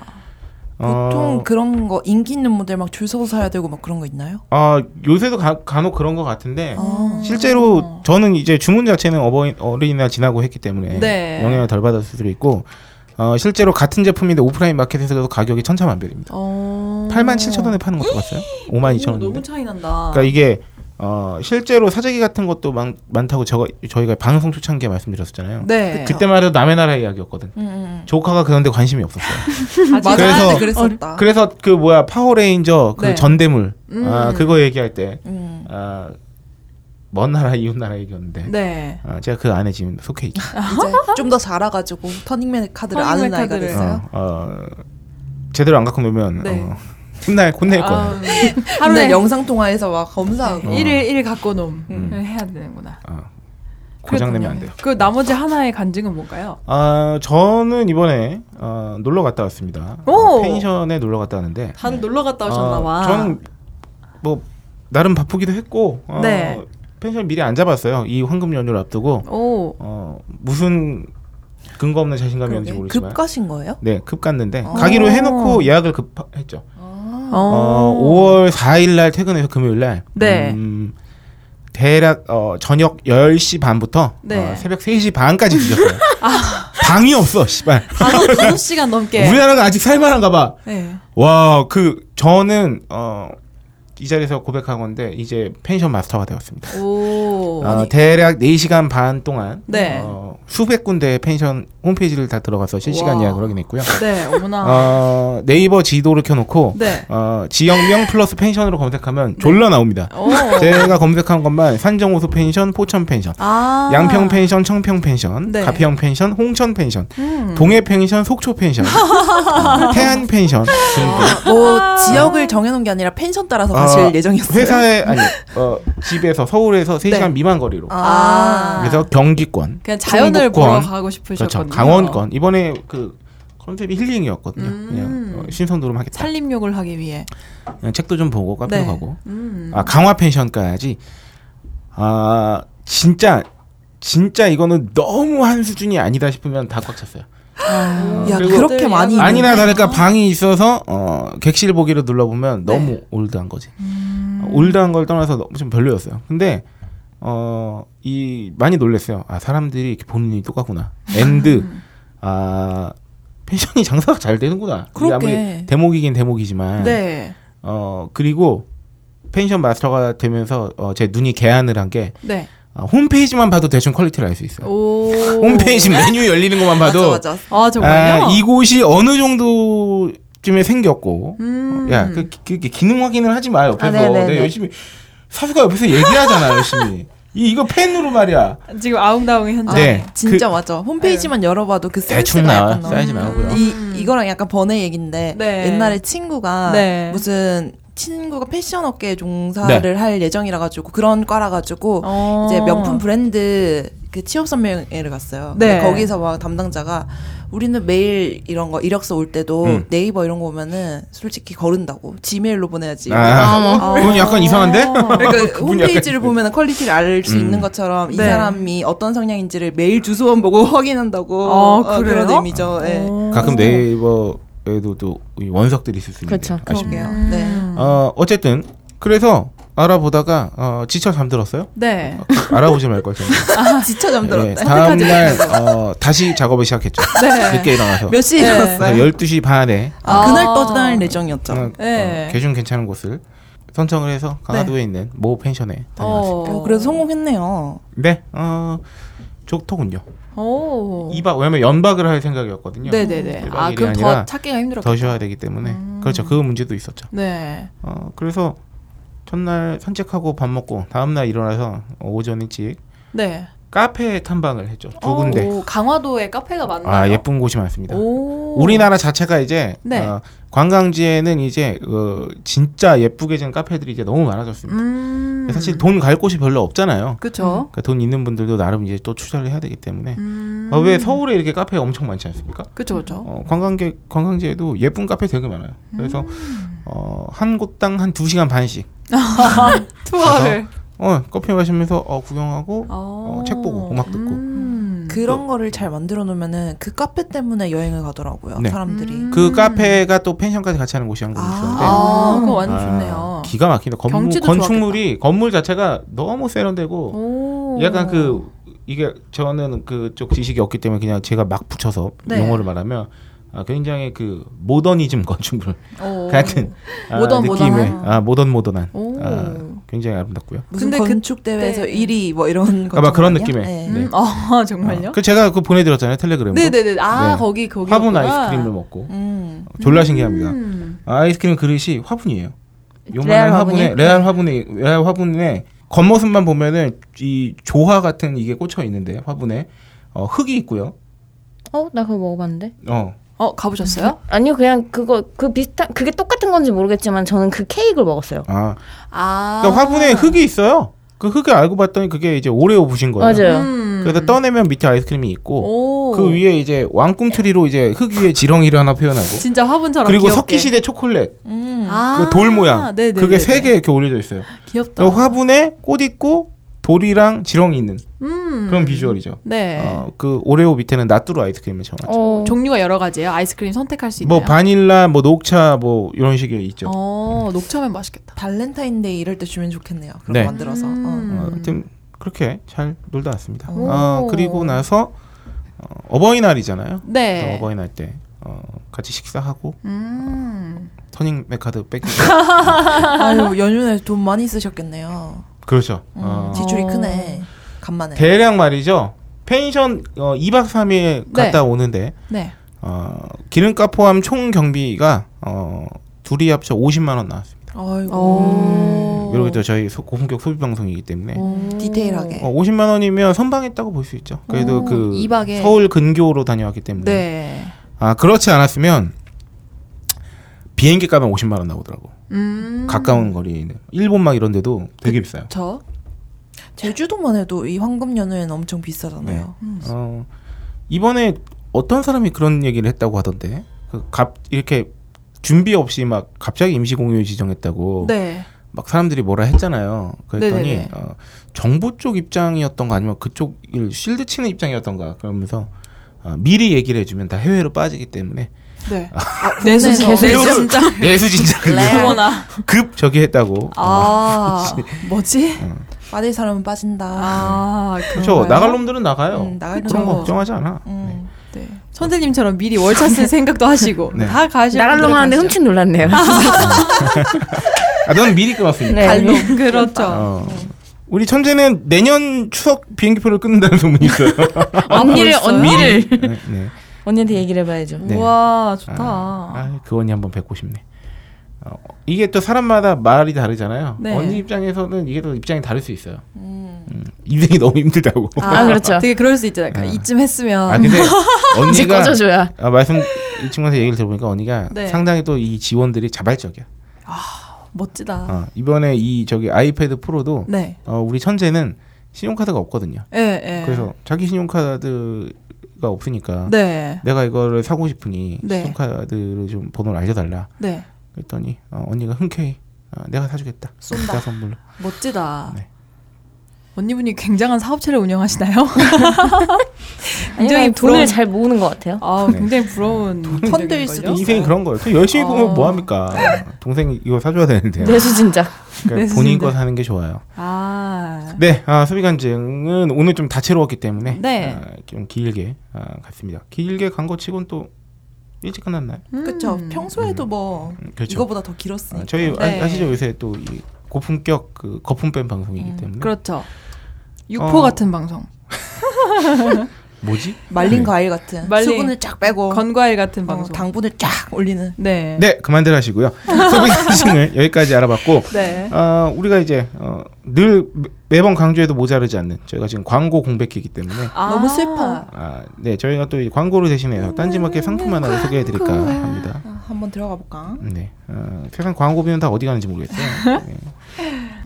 Speaker 4: 어,
Speaker 1: 보통 그런 거 인기 있는 모델 막 줄 서서 사야 되고 막 그런 거 있나요?
Speaker 4: 아 요새도 가, 간혹 그런 것 같은데
Speaker 1: 아.
Speaker 7: 음.
Speaker 4: 실제로 저는 이제 주문 자체는 어버이 어린이날 지나고 했기 때문에
Speaker 7: 네.
Speaker 4: 영향을 덜 받았을 수도 있고 어, 실제로 같은 제품인데 오프라인 마켓에서도 가격이 천차만별입니다.
Speaker 7: 어...
Speaker 4: 8만 7천 원에 파는 것도 봤어요. 5만 2천 원인데.
Speaker 7: 음, 너무 차이 난다.
Speaker 4: 그러니까 이게 어, 실제로 사재기 같은 것도 많, 많다고 저, 저희가 방송 초창기에 말씀드렸었잖아요.
Speaker 7: 네.
Speaker 1: 그-
Speaker 4: 그때만 해도 남의 나라 이야기였거든.
Speaker 1: 음, 음.
Speaker 4: 조카가 그런데 관심이 없었어요.
Speaker 1: 맞아. 그래서
Speaker 4: 그래서-
Speaker 1: 그랬었다.
Speaker 4: 그래서 그 뭐야 파워레인저 그
Speaker 7: 네.
Speaker 4: 전대물
Speaker 7: 음.
Speaker 4: 아, 그거 얘기할 때
Speaker 1: 음.
Speaker 4: 아, 먼 나라 이웃 나라 얘기였는데
Speaker 7: 네.
Speaker 4: 아, 제가 그 안에 지금 속해 있죠.
Speaker 1: 이제 좀 더 자라가지고 터닝맨 카드를 아는
Speaker 7: 터닝맨
Speaker 1: 나이가
Speaker 7: 카드를.
Speaker 1: 됐어요.
Speaker 4: 어, 어, 제대로 안 갖고 놀면
Speaker 7: 네.
Speaker 4: 어, 혼날 혼낼 거야.
Speaker 7: 아,
Speaker 1: 하루에
Speaker 7: 하루에
Speaker 1: 영상 통화해서 막 검사하고.
Speaker 7: 일일일 갖고 놈을 네,
Speaker 4: 음.
Speaker 7: 해야 되는구나.
Speaker 4: 고장내면 안 돼요.
Speaker 7: 그 나머지 하나의 간증은 뭔가요?
Speaker 4: 아 저는 이번에 어, 놀러 갔다 왔습니다.
Speaker 7: 오!
Speaker 4: 어, 펜션에 놀러 갔다 왔는데
Speaker 7: 단 놀러 갔다
Speaker 1: 아,
Speaker 4: 어, 저는 뭐 나름 바쁘기도 했고 어,
Speaker 7: 네.
Speaker 4: 펜션 미리 안 잡았어요. 이 황금 연휴를 앞두고
Speaker 7: 오.
Speaker 4: 어, 무슨 근거 없는 자신감이었는지
Speaker 1: 그러게.
Speaker 4: 모르지만
Speaker 1: 급가신 거예요?
Speaker 4: 네, 급 갔는데
Speaker 1: 어.
Speaker 4: 가기로 해놓고 예약을 급했죠. 어, 5월 4일 날 퇴근해서 금요일 날
Speaker 7: 네.
Speaker 4: 음, 대략 어, 저녁 10시 반부터
Speaker 7: 네. 아.
Speaker 4: 어, 새벽 3시 반까지 늦었어요. 방이 없어, 씨발.
Speaker 7: 다섯 다섯 시간 넘게.
Speaker 4: 우리나라가 아직 살만한가 봐.
Speaker 7: 네.
Speaker 4: 와, 그 저는 어, 이 자리에서 고백하건데 이제 펜션 마스터가 되었습니다.
Speaker 7: 오.
Speaker 4: 어, 대략 4시간 반 동안
Speaker 7: 네.
Speaker 4: 어, 수백 군데 펜션 홈페이지를 다 들어가서 실시간
Speaker 7: 와.
Speaker 4: 예약을 하긴 했고요.
Speaker 7: 네. 어머나.
Speaker 4: 어, 네이버 지도를 켜놓고
Speaker 7: 네.
Speaker 4: 어, 지역명 플러스 펜션으로 검색하면 졸라 나옵니다.
Speaker 7: 오.
Speaker 4: 제가 검색한 것만 산정호수 펜션, 포천 펜션,
Speaker 7: 아.
Speaker 4: 양평 펜션, 청평 펜션,
Speaker 7: 네.
Speaker 4: 가평 펜션, 홍천 펜션,
Speaker 7: 음.
Speaker 4: 동해 pen션, 속초 펜션, 어, 태안 펜션 등등.
Speaker 7: 아.
Speaker 1: 뭐 지역을 정해놓은 게 아니라 펜션 따라서 가실
Speaker 4: 아,
Speaker 1: 예정이었어요.
Speaker 4: 회사에 아니 어, 집에서 서울에서 3시간
Speaker 1: 네. 미만
Speaker 4: 미만 거리로.
Speaker 1: 아.
Speaker 4: 그래서 경기권,
Speaker 7: 그냥 자연을 보러
Speaker 4: 충북권,
Speaker 7: 가고
Speaker 4: 그렇죠.
Speaker 7: 싶으셨거든요.
Speaker 4: 강원권 이번에 그 컨셉이 힐링이었거든요.
Speaker 7: 음.
Speaker 4: 그냥 어, 신선도로 하겠다.
Speaker 7: 살림욕을 하기 위해.
Speaker 4: 그냥 예, 책도 좀 보고 카페도
Speaker 7: 네.
Speaker 4: 가고.
Speaker 7: 음.
Speaker 4: 아 강화 펜션까지 아 진짜 진짜 이거는 너무 한 수준이 아니다 싶으면 다 꽉 찼어요.
Speaker 1: 아. 야
Speaker 4: 그리고-
Speaker 1: 그렇게 많이
Speaker 4: 아니나 다를까 방이 있어서 어 객실 보기를 눌러보면 너무 올드한 거지. 어, 올드한 걸 떠나서 너무 좀 별로였어요. 근데 어, 어이 많이 놀랐어요. 아 사람들이 이렇게 보는 일이 똑같구나. 엔드 아 펜션이 장사가 잘 되는구나. 이게 아무리
Speaker 1: 그러게.
Speaker 4: 대목이긴 대목이지만
Speaker 7: 네.
Speaker 4: 어 그리고 펜션 마스터가 되면서 어, 제 눈이 개안을 한 게
Speaker 7: 네.
Speaker 4: 아, 홈페이지만 봐도 대충 퀄리티를 알 수 있어요.
Speaker 7: 오.
Speaker 4: 홈페이지 메뉴 열리는 것만 봐도
Speaker 1: 맞아 맞아.
Speaker 7: 아 정말요?
Speaker 4: 아, 이곳이 어느 정도쯤에 생겼고
Speaker 7: 음.
Speaker 4: 야 그, 그, 그 기능 확인을 하지 마
Speaker 6: 아,
Speaker 4: 옆에서
Speaker 6: 네네네.
Speaker 4: 내가 열심히 사수가 옆에서 얘기하잖아 열심히 이 이거 펜으로 말이야
Speaker 7: 지금 아웅다웅의 현장.
Speaker 4: 네
Speaker 1: 진짜
Speaker 4: 그,
Speaker 1: 맞아. 홈페이지만 열어봐도 그 센스가
Speaker 4: 대충 나와
Speaker 1: 약간 나와.
Speaker 4: 쌓이지 말고요
Speaker 1: 이 이거랑 약간 번외 얘긴데
Speaker 7: 네.
Speaker 1: 옛날에 친구가
Speaker 7: 네.
Speaker 1: 무슨 친구가 패션 업계에 종사를
Speaker 4: 네.
Speaker 1: 할 예정이라 가지고 그런 과라 가지고
Speaker 7: 어.
Speaker 1: 이제 명품 브랜드 그 취업 선명회를 갔어요.
Speaker 7: 네.
Speaker 1: 근데 거기서 막 담당자가 우리는 매일 이런 거 이력서 올 때도
Speaker 4: 음.
Speaker 1: 네이버 이런 거 오면은 솔직히 거른다고 지메일로 보내야지.
Speaker 4: 아, 그건 약간 이상한데
Speaker 1: 그러니까
Speaker 4: 그분 약간-
Speaker 1: 홈페이지를 보면 퀄리티를 알 수
Speaker 4: 음.
Speaker 1: 있는 것처럼 이
Speaker 7: 네.
Speaker 1: 사람이 어떤 성향인지를 매일 주소만 보고 확인한다고 어,
Speaker 7: 아,
Speaker 1: 그런
Speaker 7: 그래요? 어,
Speaker 1: 의미죠. 예.
Speaker 7: 오.
Speaker 4: 가끔 네이버에도 또이 원석들이 있을 수 있는데
Speaker 6: 그렇죠.
Speaker 4: 아쉽네요
Speaker 1: 그러게요. 네.
Speaker 7: 음.
Speaker 4: 어, 어쨌든 그래서 알아보다가 어, 지쳐 잠들었어요.
Speaker 7: 네.
Speaker 4: 알아보지 말걸 저는.
Speaker 1: 지쳐
Speaker 4: 예,
Speaker 1: 잠들었다.
Speaker 4: 다음 날 어, 다시 작업을 시작했죠.
Speaker 7: 네.
Speaker 4: 늦게 일어나서.
Speaker 1: 몇 시에
Speaker 4: 그래서
Speaker 1: 일어났어요?
Speaker 4: 12시 반에
Speaker 1: 아, 그날
Speaker 7: 아.
Speaker 1: 떠날 예정이었죠.
Speaker 4: 어,
Speaker 7: 네.
Speaker 4: 어, 개중 괜찮은 곳을 선정을 해서 강화도에 있는 모 펜션에 다녀왔습니다.
Speaker 1: 어, 그래도 성공했네요.
Speaker 4: 네. 어, 좋더군요.
Speaker 7: 오.
Speaker 4: 이박 왜냐면 연박을 할 생각이었거든요.
Speaker 7: 어. 네네네.
Speaker 4: 일박
Speaker 7: 아
Speaker 4: 일이
Speaker 7: 그럼
Speaker 4: 아니라
Speaker 7: 더 음. 찾기가 힘들었고.
Speaker 4: 더 쉬어야 되기 때문에. 그렇죠. 그 문제도 있었죠.
Speaker 7: 네.
Speaker 4: 어, 그래서 첫날 산책하고 밥 먹고 다음 날 일어나서 오전 일찍
Speaker 7: 네.
Speaker 4: 카페 탐방을 했죠. 두 군데.
Speaker 7: 오, 강화도에 카페가 많나요?
Speaker 4: 아 예쁜 곳이 많습니다.
Speaker 7: 오.
Speaker 4: 우리나라 자체가 이제
Speaker 7: 네.
Speaker 4: 어, 관광지에는 이제 어, 진짜 예쁘게 지은 카페들이 이제 너무 많아졌습니다.
Speaker 7: 음.
Speaker 4: 사실 돈 갈 곳이 별로 없잖아요.
Speaker 7: 그렇죠.
Speaker 4: 그러니까 돈 있는 분들도 나름 이제 또 투자를 해야 되기 때문에
Speaker 7: 음.
Speaker 4: 아, 왜 서울에 이렇게 카페가 엄청 많지 않습니까?
Speaker 7: 그렇죠, 그렇죠.
Speaker 4: 어, 관광객 관광지에도 예쁜 카페 되게 많아요. 그래서
Speaker 7: 음.
Speaker 4: 어, 한 곳당 한 두 시간 반씩
Speaker 7: 투어를.
Speaker 4: 어, 커피 마시면서 어, 구경하고
Speaker 7: 어.
Speaker 4: 어, 책 보고 음악 뭐 듣고
Speaker 7: 음.
Speaker 1: 그런 거를 잘 만들어 놓으면은 그 카페 때문에 여행을 가더라고요.
Speaker 4: 네.
Speaker 1: 사람들이.
Speaker 7: 음.
Speaker 4: 그 카페가 또 펜션까지 같이 하는 곳이 한 곳이 있었는데
Speaker 7: 아, 그거 완전
Speaker 4: 아,
Speaker 7: 좋네요.
Speaker 4: 기가 막힌다. 건물
Speaker 7: 경치도
Speaker 4: 건축물이 건물 자체가 너무 세련되고
Speaker 7: 오.
Speaker 4: 약간 그 이게 저는 그쪽 지식이 없기 때문에 그냥 제가 막 붙여서
Speaker 1: 네.
Speaker 4: 용어를 말하면 아, 굉장히 그 모더니즘 건축물
Speaker 7: 오.
Speaker 4: 같은 아,
Speaker 7: 모던,
Speaker 4: 느낌의
Speaker 7: 모던한?
Speaker 4: 아, 모던 모던한
Speaker 7: 오.
Speaker 4: 아, 굉장히 아름답고요.
Speaker 1: 무슨
Speaker 7: 근데
Speaker 1: 건축 대회에서
Speaker 7: 그때-
Speaker 1: 1위 뭐 이런 거
Speaker 4: 막 그런
Speaker 1: 아니야?
Speaker 4: 느낌의-
Speaker 1: 네.
Speaker 4: 네.
Speaker 7: 음, 아
Speaker 4: 아,
Speaker 7: 정말요?
Speaker 4: 그 제가 그 보내드렸잖아요 텔레그램. 으로
Speaker 7: 네네네. 아
Speaker 4: 네.
Speaker 7: 거기 거기.
Speaker 4: 화분 아이스크림을 먹고
Speaker 1: 음.
Speaker 4: 졸라 신기합니다.
Speaker 7: 음.
Speaker 4: 아이스크림 그릇이 화분이에요.
Speaker 6: 레알
Speaker 4: 요만한
Speaker 6: 화분이?
Speaker 4: 화분에 레알 화분에 레알 화분에 겉모습만 보면은 이 조화 같은 이게 꽂혀 있는데 화분에 어, 흙이 있고요.
Speaker 6: 어, 나 그거 먹어봤는데.
Speaker 4: 어,
Speaker 7: 어 가보셨어요?
Speaker 6: 아니요, 그냥 그거 그 비슷한 그게 똑같은 건지 모르겠지만 저는 그 케이크를 먹었어요.
Speaker 4: 아,
Speaker 7: 아.
Speaker 4: 그러니까 화분에 흙이 있어요. 그 흙을 알고 봤더니 그게 이제 오레오 부신 거예요.
Speaker 6: 맞아요.
Speaker 7: 음.
Speaker 4: 네. 그래서 떠내면 밑에 아이스크림이 있고
Speaker 7: 오.
Speaker 4: 그 위에 이제 왕꿈틀이로 이제 흙 위에 지렁이를 하나 표현하고
Speaker 7: 진짜 화분처럼.
Speaker 4: 그리고
Speaker 7: 귀엽게.
Speaker 4: 석기 시대 초콜릿
Speaker 1: 음.
Speaker 7: 아.
Speaker 4: 그 돌 모양
Speaker 7: 네네네네.
Speaker 4: 그게 세 개 이렇게 올려져 있어요.
Speaker 7: 귀엽다.
Speaker 4: 그리고 화분에 꽃 있고 돌이랑 지렁이 있는
Speaker 7: 음.
Speaker 4: 그런 비주얼이죠.
Speaker 7: 네.
Speaker 4: 어, 그 오레오 밑에는 나뚜루 아이스크림을 정하죠.
Speaker 6: 어,
Speaker 7: 종류가 여러 가지예요. 아이스크림 선택할 수 있나요?
Speaker 4: 뭐 바닐라, 뭐 녹차, 뭐 이런 식의 있죠.
Speaker 7: 어 녹차면
Speaker 1: 그
Speaker 7: 맛있겠다.
Speaker 1: 발렌타인데이 이럴 때 주면 좋겠네요. 그런
Speaker 4: 네.
Speaker 1: 거 만들어서.
Speaker 7: 음.
Speaker 1: 어.
Speaker 4: 어, 하여튼 그렇게 잘 놀다 왔습니다.
Speaker 1: 오.
Speaker 4: 어, 그리고 나서 어, 버이날이잖아요
Speaker 7: 네.
Speaker 4: 어버이날 때 어, 같이 식사하고
Speaker 7: 음.
Speaker 4: 터닝 메카드 뺏기
Speaker 1: 아유 연휴에 돈 많이 쓰셨겠네요.
Speaker 4: 그렇죠.
Speaker 1: 음,
Speaker 4: 어,
Speaker 1: 지출이
Speaker 6: 어.
Speaker 1: 크네. 간만에.
Speaker 4: 대략 말이죠. 펜션 어, 2박 3일 갔다 오는데
Speaker 7: 네.
Speaker 4: 어, 기름값 포함 총 경비가 어, 둘이 합쳐 50만 원 나왔습니다.
Speaker 7: 어.
Speaker 1: 아이고.
Speaker 4: 이렇게 또 저희 소, 고품격 소비 방송이기 때문에
Speaker 1: 디테일하게.
Speaker 4: 어, 50만 원이면 선방했다고 볼 수 있죠. 그래도
Speaker 7: 오,
Speaker 4: 그
Speaker 7: 이박에.
Speaker 4: 서울 근교로 다녀왔기 때문에.
Speaker 7: 네.
Speaker 4: 아 그렇지 않았으면 비행기 값은 50만 원 나오더라고.
Speaker 7: 음.
Speaker 4: 가까운 거리에 있는 일본 막 이런데도 되게 비싸요.
Speaker 7: 저.
Speaker 1: 제주도만 해도 이 황금 연휴에는 엄청 비싸잖아요.
Speaker 7: 음.
Speaker 4: 어, 이번에 어떤 사람이 그런 얘기를 했다고 하던데 그 갑 이렇게 준비 없이 막 갑자기 임시 공휴일 지정했다고
Speaker 7: 네.
Speaker 4: 막 사람들이 뭐라 했잖아요. 그랬더니
Speaker 7: 네네네.
Speaker 4: 어, 정부 쪽 입장이었던가 아니면 그쪽을 실드 치는 입장이었던가 그러면서 어, 미리 얘기를 해주면 다 해외로 빠지기 때문에
Speaker 7: 네. 내수
Speaker 1: 국내에서.
Speaker 7: 내수 진짜.
Speaker 4: 내수 진짜
Speaker 7: 그러나.
Speaker 4: 급 저기 했다고.
Speaker 7: 아 뭐지?
Speaker 1: 빠질 사람은 빠진다.
Speaker 7: 아
Speaker 4: 네. 그렇죠.
Speaker 7: 그런가요?
Speaker 4: 나갈 놈들은 나가요.
Speaker 1: 음, 나갈
Speaker 4: 그런 거
Speaker 1: 놈.
Speaker 4: 걱정하지 않아. 네.
Speaker 1: 음.
Speaker 7: 네. 선생님처럼 미리 월차 쓸 생각도 하시고
Speaker 4: 네.
Speaker 7: 다 가시고
Speaker 6: 나갈려고 하는데 흠칫 놀랐네요.
Speaker 4: 아, 넌 미리 끊었으니까.
Speaker 6: 네.
Speaker 7: 그렇죠.
Speaker 4: 어. 우리 천재는 내년 추석 비행기표를 끊는다는 소문이 있어요.
Speaker 6: 언니를
Speaker 7: 벌써요?
Speaker 6: 언니를
Speaker 4: 네, 네.
Speaker 6: 언니한테 얘기를 해봐야죠.
Speaker 4: 네.
Speaker 7: 우와 좋다.
Speaker 4: 아, 아, 그 언니 한번 뵙고 싶네. 어, 이게 또 사람마다 말이 다르잖아요.
Speaker 7: 네.
Speaker 4: 언니 입장에서는 이게 또 입장이 다를 수 있어요.
Speaker 1: 음.
Speaker 4: 음, 인생이 너무 힘들다고. 아,
Speaker 6: 아, 그렇죠.
Speaker 7: 되게 그럴 수 있잖아요.
Speaker 4: 아.
Speaker 7: 이쯤 했으면
Speaker 4: 근데
Speaker 6: 이제
Speaker 4: 언니가
Speaker 6: 꺼져줘야.
Speaker 4: 아, 말씀 이 친구한테 얘기를 들어보니까 언니가
Speaker 7: 네.
Speaker 4: 상당히 또 이 지원들이 자발적이야.
Speaker 7: 멋지다.
Speaker 4: 어, 이번에 이 저기 아이패드 프로도
Speaker 7: 네.
Speaker 4: 어, 우리 천재는 신용카드가 없거든요.
Speaker 7: 예 예.
Speaker 4: 그래서 자기 신용카드가 없으니까
Speaker 7: 네.
Speaker 4: 내가 이거를 사고 싶으니
Speaker 7: 네.
Speaker 4: 신용카드를 좀 번호를 알려달라.
Speaker 7: 네.
Speaker 4: 그랬더니 어, 언니가 흔쾌히 어, 내가 사주겠다.
Speaker 1: 쏜다.
Speaker 4: 나 선물로.
Speaker 7: 아, 멋지다.
Speaker 4: 네.
Speaker 7: 언니분이 굉장한 사업체를 운영하시나요?
Speaker 4: 네.
Speaker 6: 굉장히
Speaker 7: 굉장히
Speaker 6: 돈을
Speaker 7: 부러운-
Speaker 6: 잘 모으는 것 같아요.
Speaker 7: 아,
Speaker 4: 네.
Speaker 7: 굉장히 부러운
Speaker 1: 펀드일 수도 있어요.
Speaker 4: 인생이 그런 거예요. 열심히
Speaker 7: 어.
Speaker 4: 보면 뭐 합니까? 동생이 이거 사줘야 되는데.
Speaker 6: 내수 진작.
Speaker 4: 그러니까
Speaker 7: 내
Speaker 4: 본인
Speaker 7: 수준들.
Speaker 4: 거 사는 게 좋아요.
Speaker 7: 아.
Speaker 4: 네, 아, 소비 간증은 오늘 좀 다채로웠기 때문에
Speaker 7: 네.
Speaker 4: 아, 좀 길게 아, 갔습니다. 길게 간 거 치곤 또 일찍 끝났나요?
Speaker 1: 그렇죠.
Speaker 7: 음.
Speaker 1: 평소에도 뭐
Speaker 4: 네. 음, 그렇죠.
Speaker 1: 이거보다 더 길었으니까.
Speaker 4: 아, 저희
Speaker 7: 네.
Speaker 4: 아, 아시죠 요새 또이 고품격 그 거품뺀 방송이기 때문에
Speaker 7: 그렇죠. 육포
Speaker 4: 음? 어.
Speaker 7: 같은 방송.
Speaker 4: 뭐지?
Speaker 1: 말린
Speaker 4: 네.
Speaker 1: 과일 같은
Speaker 7: 말린-
Speaker 1: 수분을 쫙 빼고
Speaker 7: 건과일 같은
Speaker 1: 어,
Speaker 7: 방송.
Speaker 1: 당분을 쫙 올리는.
Speaker 7: 네.
Speaker 4: 네, 그만들 하시고요. 소비 간증을 여기까지 알아봤고
Speaker 7: 네.
Speaker 4: 아, 우리가 이제 어, 늘 매- 매번 강조해도 모자르지 않는 저희가 지금 광고 공백기이기 때문에
Speaker 7: 아.
Speaker 1: 너무 슬퍼.
Speaker 4: 아, 네 저희가 또이 광고를 대신해서 딴지마켓 상품 하나를 소개해드릴까 합니다.
Speaker 1: 아, 한번 들어가 볼까?
Speaker 4: 네. 어, 세상 광고비는 다 어디 가는지 모르겠어요. 네.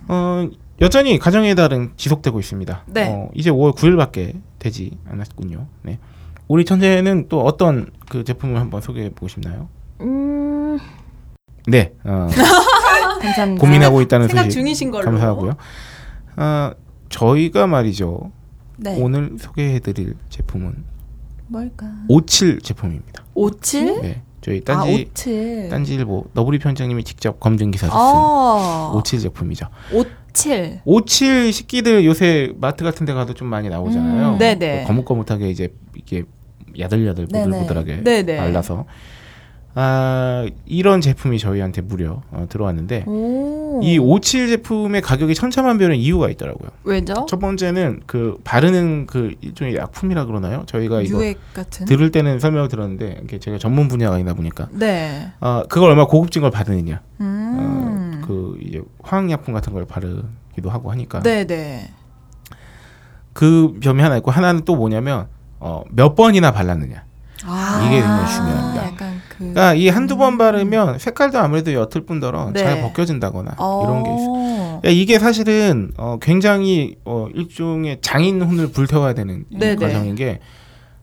Speaker 4: 어, 여전히 가정의 달은 지속되고 있습니다.
Speaker 7: 네.
Speaker 4: 어, 이제 5월 9일밖에 되지 않았군요. 네. 우리 천재는 또 어떤 그 제품을 한번 소개해 보고 싶나요?
Speaker 6: 음,
Speaker 4: 네. 어,
Speaker 6: 감사합니다.
Speaker 4: 고민하고 있다는
Speaker 7: 생각
Speaker 4: 소식
Speaker 7: 중이신 걸로.
Speaker 4: 감사하고요. 아, 저희가 말이죠.
Speaker 1: 네.
Speaker 4: 오늘 소개해 드릴 제품은
Speaker 1: 뭘까?
Speaker 4: 57 제품입니다.
Speaker 7: 57?
Speaker 4: 네. 저희
Speaker 1: 아,
Speaker 4: 딴지
Speaker 1: 오츠.
Speaker 4: 딴지일보 너브리 편장님이 직접 검증 기사 썼습니다.
Speaker 7: 아.
Speaker 4: 57 제품이죠.
Speaker 7: 옷 57.
Speaker 4: 57 식기들 요새 마트 같은 데 가도 좀 많이 나오잖아요. 뭐
Speaker 1: 음,
Speaker 7: 네네.
Speaker 4: 거뭇거뭇하게 이제 이게 야들야들
Speaker 1: 네네.
Speaker 4: 보들보들하게
Speaker 7: 네네.
Speaker 4: 발라서 아, 이런 제품이 저희한테 무려 어, 들어왔는데
Speaker 7: 오.
Speaker 4: 이 57 제품의 가격이 천차만별인 이유가 있더라고요.
Speaker 7: 왜죠?
Speaker 4: 첫 번째는 그 바르는 그 일종의 약품이라 그러나요? 저희가 이거
Speaker 7: 유액 같은.
Speaker 4: 들을 때는 설명을 들었는데 이게 제가 전문 분야가 아니다 보니까
Speaker 7: 네.
Speaker 4: 아, 그걸 얼마나 고급진 걸 바르느냐. 어,
Speaker 7: 음.
Speaker 4: 그 이제 화학약품 같은 걸 바르기도 하고 하니까
Speaker 7: 네네.
Speaker 4: 그 점이 하나 있고 하나는 또 뭐냐면 어, 몇 번이나 발랐느냐.
Speaker 7: 아.
Speaker 4: 이게 정말 중요합니다.
Speaker 7: 약간 그.
Speaker 4: 그러니까 이 한두 번 바르면 색깔도 아무래도 옅을 뿐더러
Speaker 7: 네.
Speaker 4: 잘 벗겨진다거나 이런 게 있어요.
Speaker 7: 있어.
Speaker 4: 야, 이게 사실은 어, 굉장히 어, 일종의 장인혼을 불태워야 되는 이
Speaker 7: 네네.
Speaker 4: 과정인 게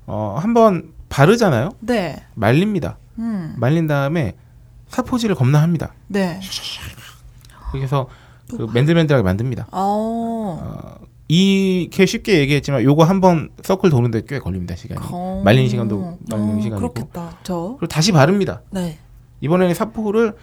Speaker 4: 어, 한번 바르잖아요.
Speaker 7: 네.
Speaker 4: 말립니다.
Speaker 7: 음.
Speaker 4: 말린 다음에 사포질을 겁나 합니다.
Speaker 7: 네.
Speaker 4: 그래서 그 맨들맨들하게 만듭니다.
Speaker 7: 어.
Speaker 4: 어, 이렇게 쉽게 얘기했지만 요거 한번 서클 도는데 꽤 걸립니다 시간이.
Speaker 7: 어.
Speaker 4: 말리는 시간도 말리는
Speaker 1: 어,
Speaker 4: 시간이고.
Speaker 1: 그렇겠다.
Speaker 7: 저.
Speaker 4: 그리고 다시 바릅니다.
Speaker 1: 네.
Speaker 4: 이번에는 사포를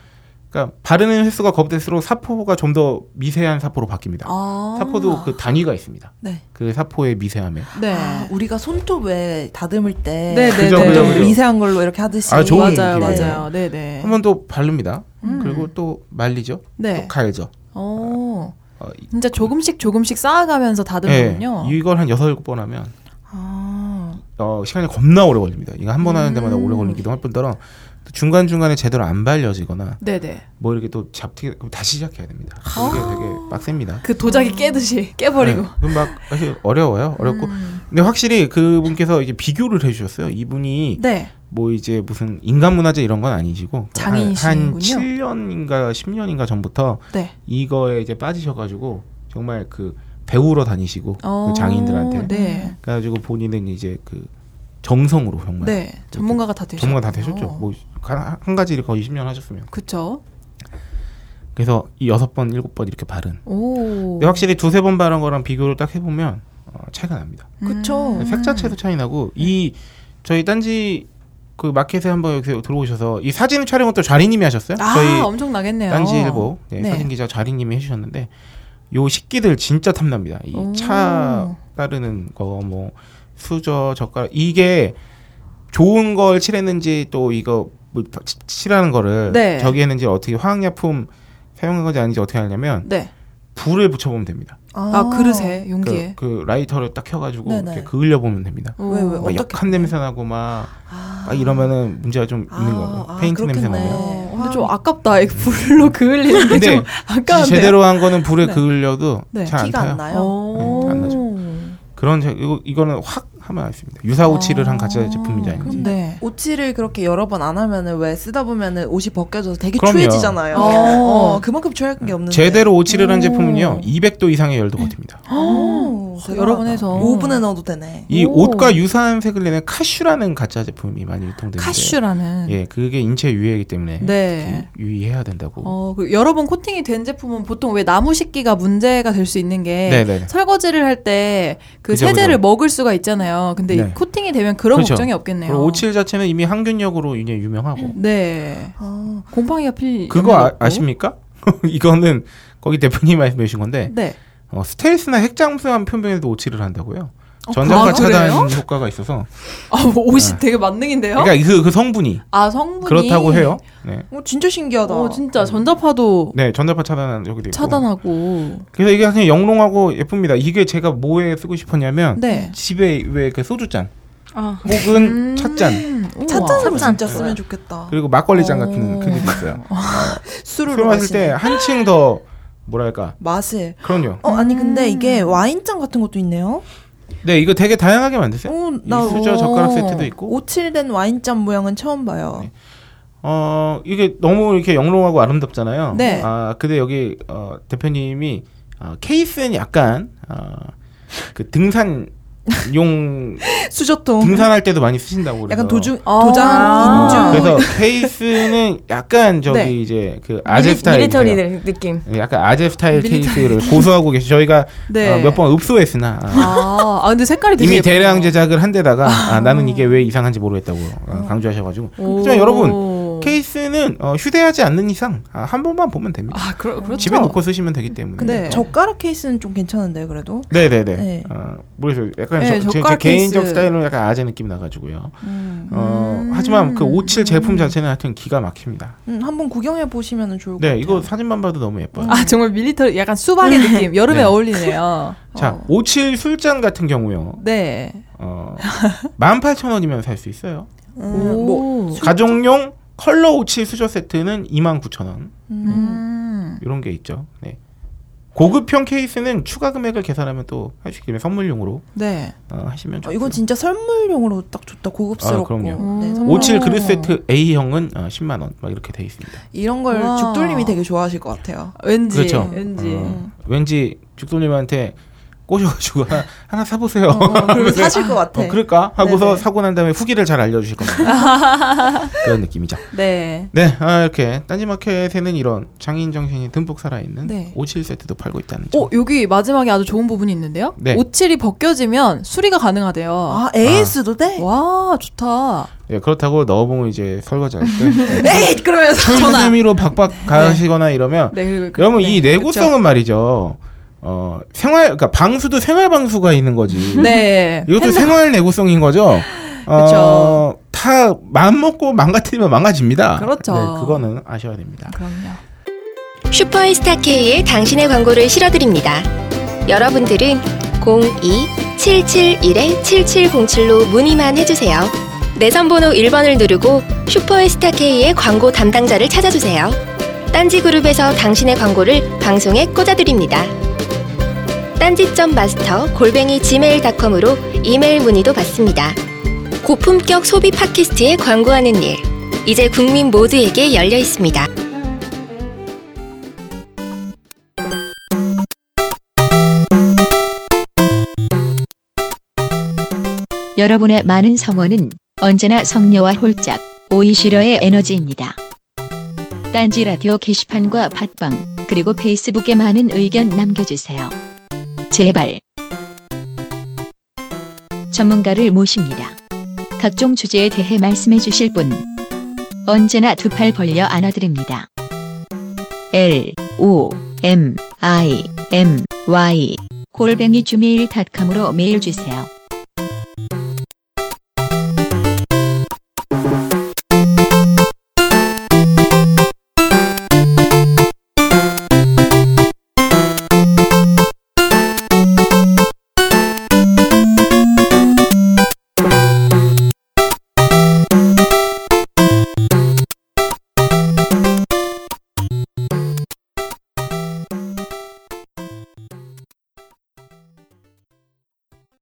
Speaker 4: 그러니까 바르는 횟수가 겁될수록 사포가 좀 더 미세한 사포로 바뀝니다.
Speaker 1: 아.
Speaker 4: 사포도 그 단위가 있습니다.
Speaker 1: 네.
Speaker 4: 그 사포의 미세함에.
Speaker 7: 네.
Speaker 1: 아, 우리가 손톱 왜 다듬을 때
Speaker 7: 네, 네,
Speaker 4: 그죠,
Speaker 7: 네.
Speaker 4: 그죠, 그죠.
Speaker 1: 미세한 걸로 이렇게 하듯이
Speaker 4: 아, 좋은
Speaker 7: 맞아요,
Speaker 4: 느낌이에요.
Speaker 7: 맞아요. 네, 네.
Speaker 4: 한 번 또 바릅니다.
Speaker 7: 음.
Speaker 4: 그리고 또 말리죠.
Speaker 7: 네.
Speaker 4: 또 갈죠.
Speaker 7: 어.
Speaker 4: 어, 이-
Speaker 7: 진짜 조금씩 조금씩 쌓아가면서 다듬는군요.
Speaker 4: 예, 이걸 한 여섯 일곱 번 하면
Speaker 7: 아.
Speaker 4: 어, 시간이 겁나 오래 걸립니다. 이거 한 번 하는 데마다
Speaker 7: 음.
Speaker 4: 오래 걸리기도 할 뿐더러 또 중간중간에 제대로 안 발려지거나
Speaker 7: 네, 네.
Speaker 4: 뭐 이렇게 또 잡히게 그럼 다시 시작해야 됩니다. 이게 되게 빡셉니다.
Speaker 7: 그 도자기
Speaker 4: 음.
Speaker 7: 깨듯이 아. 깨버리고. 음.
Speaker 4: 네, 그럼 막 사실 어려워요. 어렵고 근데 확실히 그분께서 이제 비교를 해주셨어요. 이분이
Speaker 7: 네.
Speaker 4: 뭐 이제 무슨 인간문화재 이런 건 아니시고 한, 한
Speaker 7: 장인이시군요.
Speaker 4: 7년인가 10년인가 전부터
Speaker 7: 네.
Speaker 4: 이거에 이제 빠지셔가지고 정말 그 배우러 다니시고
Speaker 7: 어.
Speaker 4: 그 장인들한테
Speaker 7: 네.
Speaker 4: 그래가지고 본인은 이제 그 정성으로 음, 정말
Speaker 7: 네. 어. 전문가가 다 되셨죠.
Speaker 4: 전문가 다 되셨죠. 뭐 한 가지 거의 20년 하셨으면
Speaker 7: 그쵸.
Speaker 4: 그래서 이 여섯 번 일곱 번 이렇게 바른.
Speaker 7: 오.
Speaker 4: 근데 확실히 두세 번 바른 거랑 비교를 딱 해보면 어, 차이가 납니다.
Speaker 1: 그쵸.
Speaker 7: 음.
Speaker 4: 색 자체도 차이 나고 이 저희 딴지 그 마켓에 한번 여기 들어오셔서 이 사진 촬영은 또 좌리님이 하셨어요.
Speaker 7: 아,
Speaker 4: 저희
Speaker 7: 엄청 나겠네요.
Speaker 4: 딴지일보 네,
Speaker 7: 네.
Speaker 4: 사진 기자 좌리님이 해주셨는데 요 식기들 진짜 탐납니다.
Speaker 7: 오.
Speaker 4: 이 차 따르는 거 뭐 수저 젓가락 이게 좋은 걸 칠했는지 또 이거 뭐 치- 칠하는 거를
Speaker 7: 네.
Speaker 4: 저기 했는지 어떻게 화학약품 사용한 건지 아닌지 어떻게 하냐면
Speaker 7: 네.
Speaker 4: 불을 붙여보면 됩니다.
Speaker 7: 아, 그릇에 용기에.
Speaker 4: 그, 그 라이터를 딱 켜가지고
Speaker 1: 네네.
Speaker 4: 이렇게 그을려 보면 됩니다.
Speaker 7: 오. 네.
Speaker 1: 왜, 왜,
Speaker 4: 막
Speaker 1: 어떻게
Speaker 4: 역한 냄새 나고 막,
Speaker 1: 아,
Speaker 4: 막 이러면은 문제가 좀
Speaker 1: 아,
Speaker 4: 있는 거고
Speaker 1: 아,
Speaker 4: 페인트 냄새
Speaker 1: 그렇겠네.
Speaker 4: 나면
Speaker 7: 어, 근데 좀 아깝다. 이 불로 그을리는 게
Speaker 4: 근데
Speaker 7: 좀 아까운데.
Speaker 4: 제대로 한 거는 불에
Speaker 7: 네.
Speaker 4: 그을려도
Speaker 7: 네,
Speaker 4: 잘 안
Speaker 1: 티가
Speaker 4: 타요.
Speaker 1: 안 나요.
Speaker 7: 어.
Speaker 4: 네, 안 나죠. 그런 제, 이거 이거는 확 하면 알습니다. 유사 오치를 한 가짜 제품인지 아닌지.
Speaker 7: 네.
Speaker 1: 오치를 그렇게 여러 번 안 하면은 왜 쓰다 보면은 옷이 벗겨져서 되게
Speaker 4: 그럼요.
Speaker 1: 추해지잖아요.
Speaker 7: 어.
Speaker 1: 어, 그만큼 추할 게 없는데.
Speaker 4: 제대로 오치를 한
Speaker 7: 오.
Speaker 4: 제품은요 200도 이상의 열도 버팁니다. 아.
Speaker 1: 오,
Speaker 7: 어, 여러 번 해서.
Speaker 1: 오븐에 넣어도 되네.
Speaker 4: 이
Speaker 7: 오.
Speaker 4: 옷과 유사한 색을 내는 카슈라는 가짜 제품이 많이 유통되는데
Speaker 7: 네. 카슈라는.
Speaker 4: 예 그게 인체 유해이기 때문에 그
Speaker 7: 네.
Speaker 4: 유- 유의해야 된다고.
Speaker 7: 어, 그 여러 번 코팅이 된 제품은 보통 왜 나무 식기가 문제가 될 수 있는 게
Speaker 4: 네네.
Speaker 7: 설거지를 할 때 그
Speaker 4: 그죠,
Speaker 7: 세제를
Speaker 4: 그죠.
Speaker 7: 먹을 수가 있잖아요. 근데 이
Speaker 4: 네.
Speaker 7: 코팅이 되면 그런
Speaker 4: 그렇죠.
Speaker 7: 걱정이 없겠네요.
Speaker 4: 그리고 오칠 자체는 이미 항균력으로 굉장히 유명하고
Speaker 7: 네.
Speaker 1: 아,
Speaker 7: 곰팡이가 필
Speaker 4: 그거
Speaker 7: 염려가
Speaker 4: 아,
Speaker 7: 없고.
Speaker 4: 아십니까? 이거는 거기 대표님 말씀해 주신 건데
Speaker 7: 네.
Speaker 4: 어, 스텔스나 핵장수한 표면에도 오치를 한다고요.
Speaker 7: 어,
Speaker 4: 전자파
Speaker 7: 아,
Speaker 4: 차단
Speaker 7: 그래요?
Speaker 4: 효과가 있어서
Speaker 7: 아, 뭐 옷이 되게 만능인데요?
Speaker 4: 네. 그러니까 그, 그 성분이
Speaker 7: 아, 성분이
Speaker 4: 그렇다고 해요. 음. 네,
Speaker 1: 어, 진짜 신기하다.
Speaker 7: 어, 진짜 전자파도
Speaker 4: 네 전자파 차단한 여기도 있고.
Speaker 7: 차단하고.
Speaker 4: 그래서 이게 그냥 영롱하고 예쁩니다. 이게 제가 뭐에 쓰고 싶었냐면
Speaker 7: 네.
Speaker 4: 집에 왜 그 소주잔
Speaker 6: 아.
Speaker 4: 혹은
Speaker 7: 음,
Speaker 4: 찻잔
Speaker 7: 우와.
Speaker 1: 찻잔으로
Speaker 6: 찻잔.
Speaker 1: 진짜
Speaker 4: 네.
Speaker 1: 쓰면 좋겠다.
Speaker 4: 그리고 막걸리잔
Speaker 7: 어.
Speaker 4: 같은 그게 있어요.
Speaker 1: 술을
Speaker 4: 그 술 마실
Speaker 1: 마시는
Speaker 4: 때 한층 더 뭐랄까
Speaker 1: 맛을.
Speaker 4: 그럼요.
Speaker 1: 어 아니
Speaker 7: 음.
Speaker 1: 근데 이게 와인잔 같은 것도 있네요.
Speaker 4: 네 이거 되게 다양하게 만드세요.
Speaker 1: 어,
Speaker 4: 이
Speaker 1: 나
Speaker 4: 수저 젓가락
Speaker 7: 오.
Speaker 4: 세트도 있고
Speaker 1: 오칠된 와인잔 모양은 처음 봐요.
Speaker 4: 네. 어 이게 너무 이렇게 영롱하고 아름답잖아요.
Speaker 7: 네.
Speaker 4: 아 근데 여기 어, 대표님이 어, 케이스는 약간 어, 그 등산용
Speaker 7: 어.
Speaker 1: 수저통.
Speaker 4: 등산할 때도 많이 쓰신다고 그래서
Speaker 1: 약간 도중
Speaker 7: 아.
Speaker 1: 도장
Speaker 7: 아.
Speaker 1: 인중.
Speaker 4: 그래서 케이스는 약간 저기
Speaker 7: 네.
Speaker 4: 이제 그 아재 스타일 네,
Speaker 6: 밀리터리들 느낌.
Speaker 4: 약간 아재 스타일
Speaker 7: 밀리터리.
Speaker 4: 케이스를 고수하고 계시 저희가 어,
Speaker 7: 네.
Speaker 4: 아, 몇 번 읍소했으나 아,
Speaker 7: 아, 아, 근데 색깔이 되게
Speaker 4: 이미
Speaker 7: 예쁘네요.
Speaker 4: 대량 제작을 한 데다가 아, 나는 이게 왜 이상한지 모르겠다고 아, 어, 강조하셔가지고
Speaker 7: 아. 오.
Speaker 4: 하지만 여러분 케이스는 어, 휴대하지 않는 이상 아, 한 번만 보면 됩니다.
Speaker 7: 아, 그러, 그렇죠. 네.
Speaker 4: 집에 놓고 쓰시면 되기 때문에. 네.
Speaker 1: 근데 젓가락 케이스는 좀 괜찮은데 그래도.
Speaker 4: 네네네.
Speaker 1: 네.
Speaker 4: 어, 모르겠어요. 약간
Speaker 7: 네,
Speaker 4: 저, 제, 제
Speaker 7: 젓가락
Speaker 4: 개인적
Speaker 7: 케이스.
Speaker 4: 스타일로 약간 아재 느낌 나가지고요.
Speaker 1: 음.
Speaker 4: 어, 하지만 그 57
Speaker 7: 음.
Speaker 4: 제품 자체는 하여튼 기가 막힙니다.
Speaker 1: 음, 한번 구경해 보시면 좋을 것 같아요.
Speaker 4: 네, 이거 사진만 봐도 너무 예뻐요.
Speaker 7: 아, 정말 밀리터리 약간 수박의 느낌. 여름에
Speaker 4: 네.
Speaker 7: 어울리네요.
Speaker 4: 자,
Speaker 7: 어.
Speaker 4: 57 술잔 같은 경우요.
Speaker 7: 네.
Speaker 4: 어, 18,000원이면 살 수 있어요.
Speaker 1: 음, 뭐
Speaker 4: 가정용 컬러 57 수저 세트는 29,000원.
Speaker 1: 음.
Speaker 7: 음.
Speaker 4: 이런 게 있죠. 네. 고급형 케이스는 추가 금액을 계산하면 또 할 수 있기 선물용으로
Speaker 7: 네.
Speaker 4: 어, 하시면
Speaker 1: 어,
Speaker 4: 좋고요.
Speaker 1: 이건 진짜 선물용으로 딱 좋다 고급스럽고.
Speaker 4: 아, 그럼요.
Speaker 7: 음.
Speaker 1: 네, 선물-
Speaker 4: 57 그릇 세트 A형은 어, 10만 원 막 이렇게 돼 있습니다.
Speaker 1: 이런 걸
Speaker 7: 와.
Speaker 1: 죽돌님이 되게 좋아하실 것 같아요.
Speaker 7: 왠지
Speaker 4: 그렇죠.
Speaker 7: 왠지.
Speaker 4: 어, 왠지 죽돌님한테 꼬셔가지고 하나, 하나 사보세요.
Speaker 1: 어, 그리고 사실 것 같아.
Speaker 4: 어, 그럴까? 하고서
Speaker 1: 네네.
Speaker 4: 사고 난 다음에 후기를 잘 알려주실 겁니다. 그런 느낌이죠.
Speaker 7: 네.
Speaker 4: 네, 아, 이렇게 딴지마켓에는 이런 장인 정신이 듬뿍 살아있는
Speaker 1: 네.
Speaker 4: 57 세트도 팔고 있다는 점.
Speaker 7: 어, 여기 마지막에 아주 좋은 부분이 있는데요.
Speaker 4: 그렇죠. 네.
Speaker 7: 오칠이 벗겨지면 수리가 가능하대요.
Speaker 1: 아 AS도 돼?
Speaker 7: 와, 좋다.
Speaker 4: 예, 그렇다고 넣어보면 이제 설거지 할 때.
Speaker 1: 에이 그러면서 전화. 네. 그렇죠.
Speaker 4: 풀미로 박박 가시거나 이러면
Speaker 7: 네. 그리고 그-
Speaker 4: 여러분
Speaker 7: 네,
Speaker 4: 이 내구성은
Speaker 7: 그렇죠.
Speaker 4: 말이죠. 어 생활 그러니까 방수도 생활 방수가 있는 거지.
Speaker 7: 네.
Speaker 4: 이것도 생활 내구성인 거죠. 어,
Speaker 7: 그쵸.
Speaker 4: 다맘 먹고 망가뜨리면 망가집니다.
Speaker 7: 그렇죠.
Speaker 4: 네, 그거는 아셔야 됩니다.
Speaker 7: 그럼요.
Speaker 8: 슈퍼스타 K에 당신의 광고를 실어드립니다. 여러분들은 02-771-7707로 문의만 해주세요. 내선번호 1번을 누르고 슈퍼스타 K의 광고 담당자를 찾아주세요. 딴지그룹에서 당신의 광고를 방송에 꽂아드립니다. 딴지.마스터 골뱅이 gmail.com으로 이메일 문의도 받습니다. 고품격 소비 팟캐스트에 광고하는 일, 이제 국민 모두에게 열려 있습니다.
Speaker 9: 여러분의 많은 성원은 언제나 성녀와 홀짝, 오이시러의 에너지입니다. 딴지 라디오 게시판과 팟빵, 그리고 페이스북에 많은 의견 남겨주세요. 제발. 전문가를 모십니다. 각종 주제에 대해 말씀해 주실 분. 언제나 두 팔 벌려 안아드립니다. L, O, M, I, M, Y, 골뱅이 주메일 닷컴으로 메일 주세요.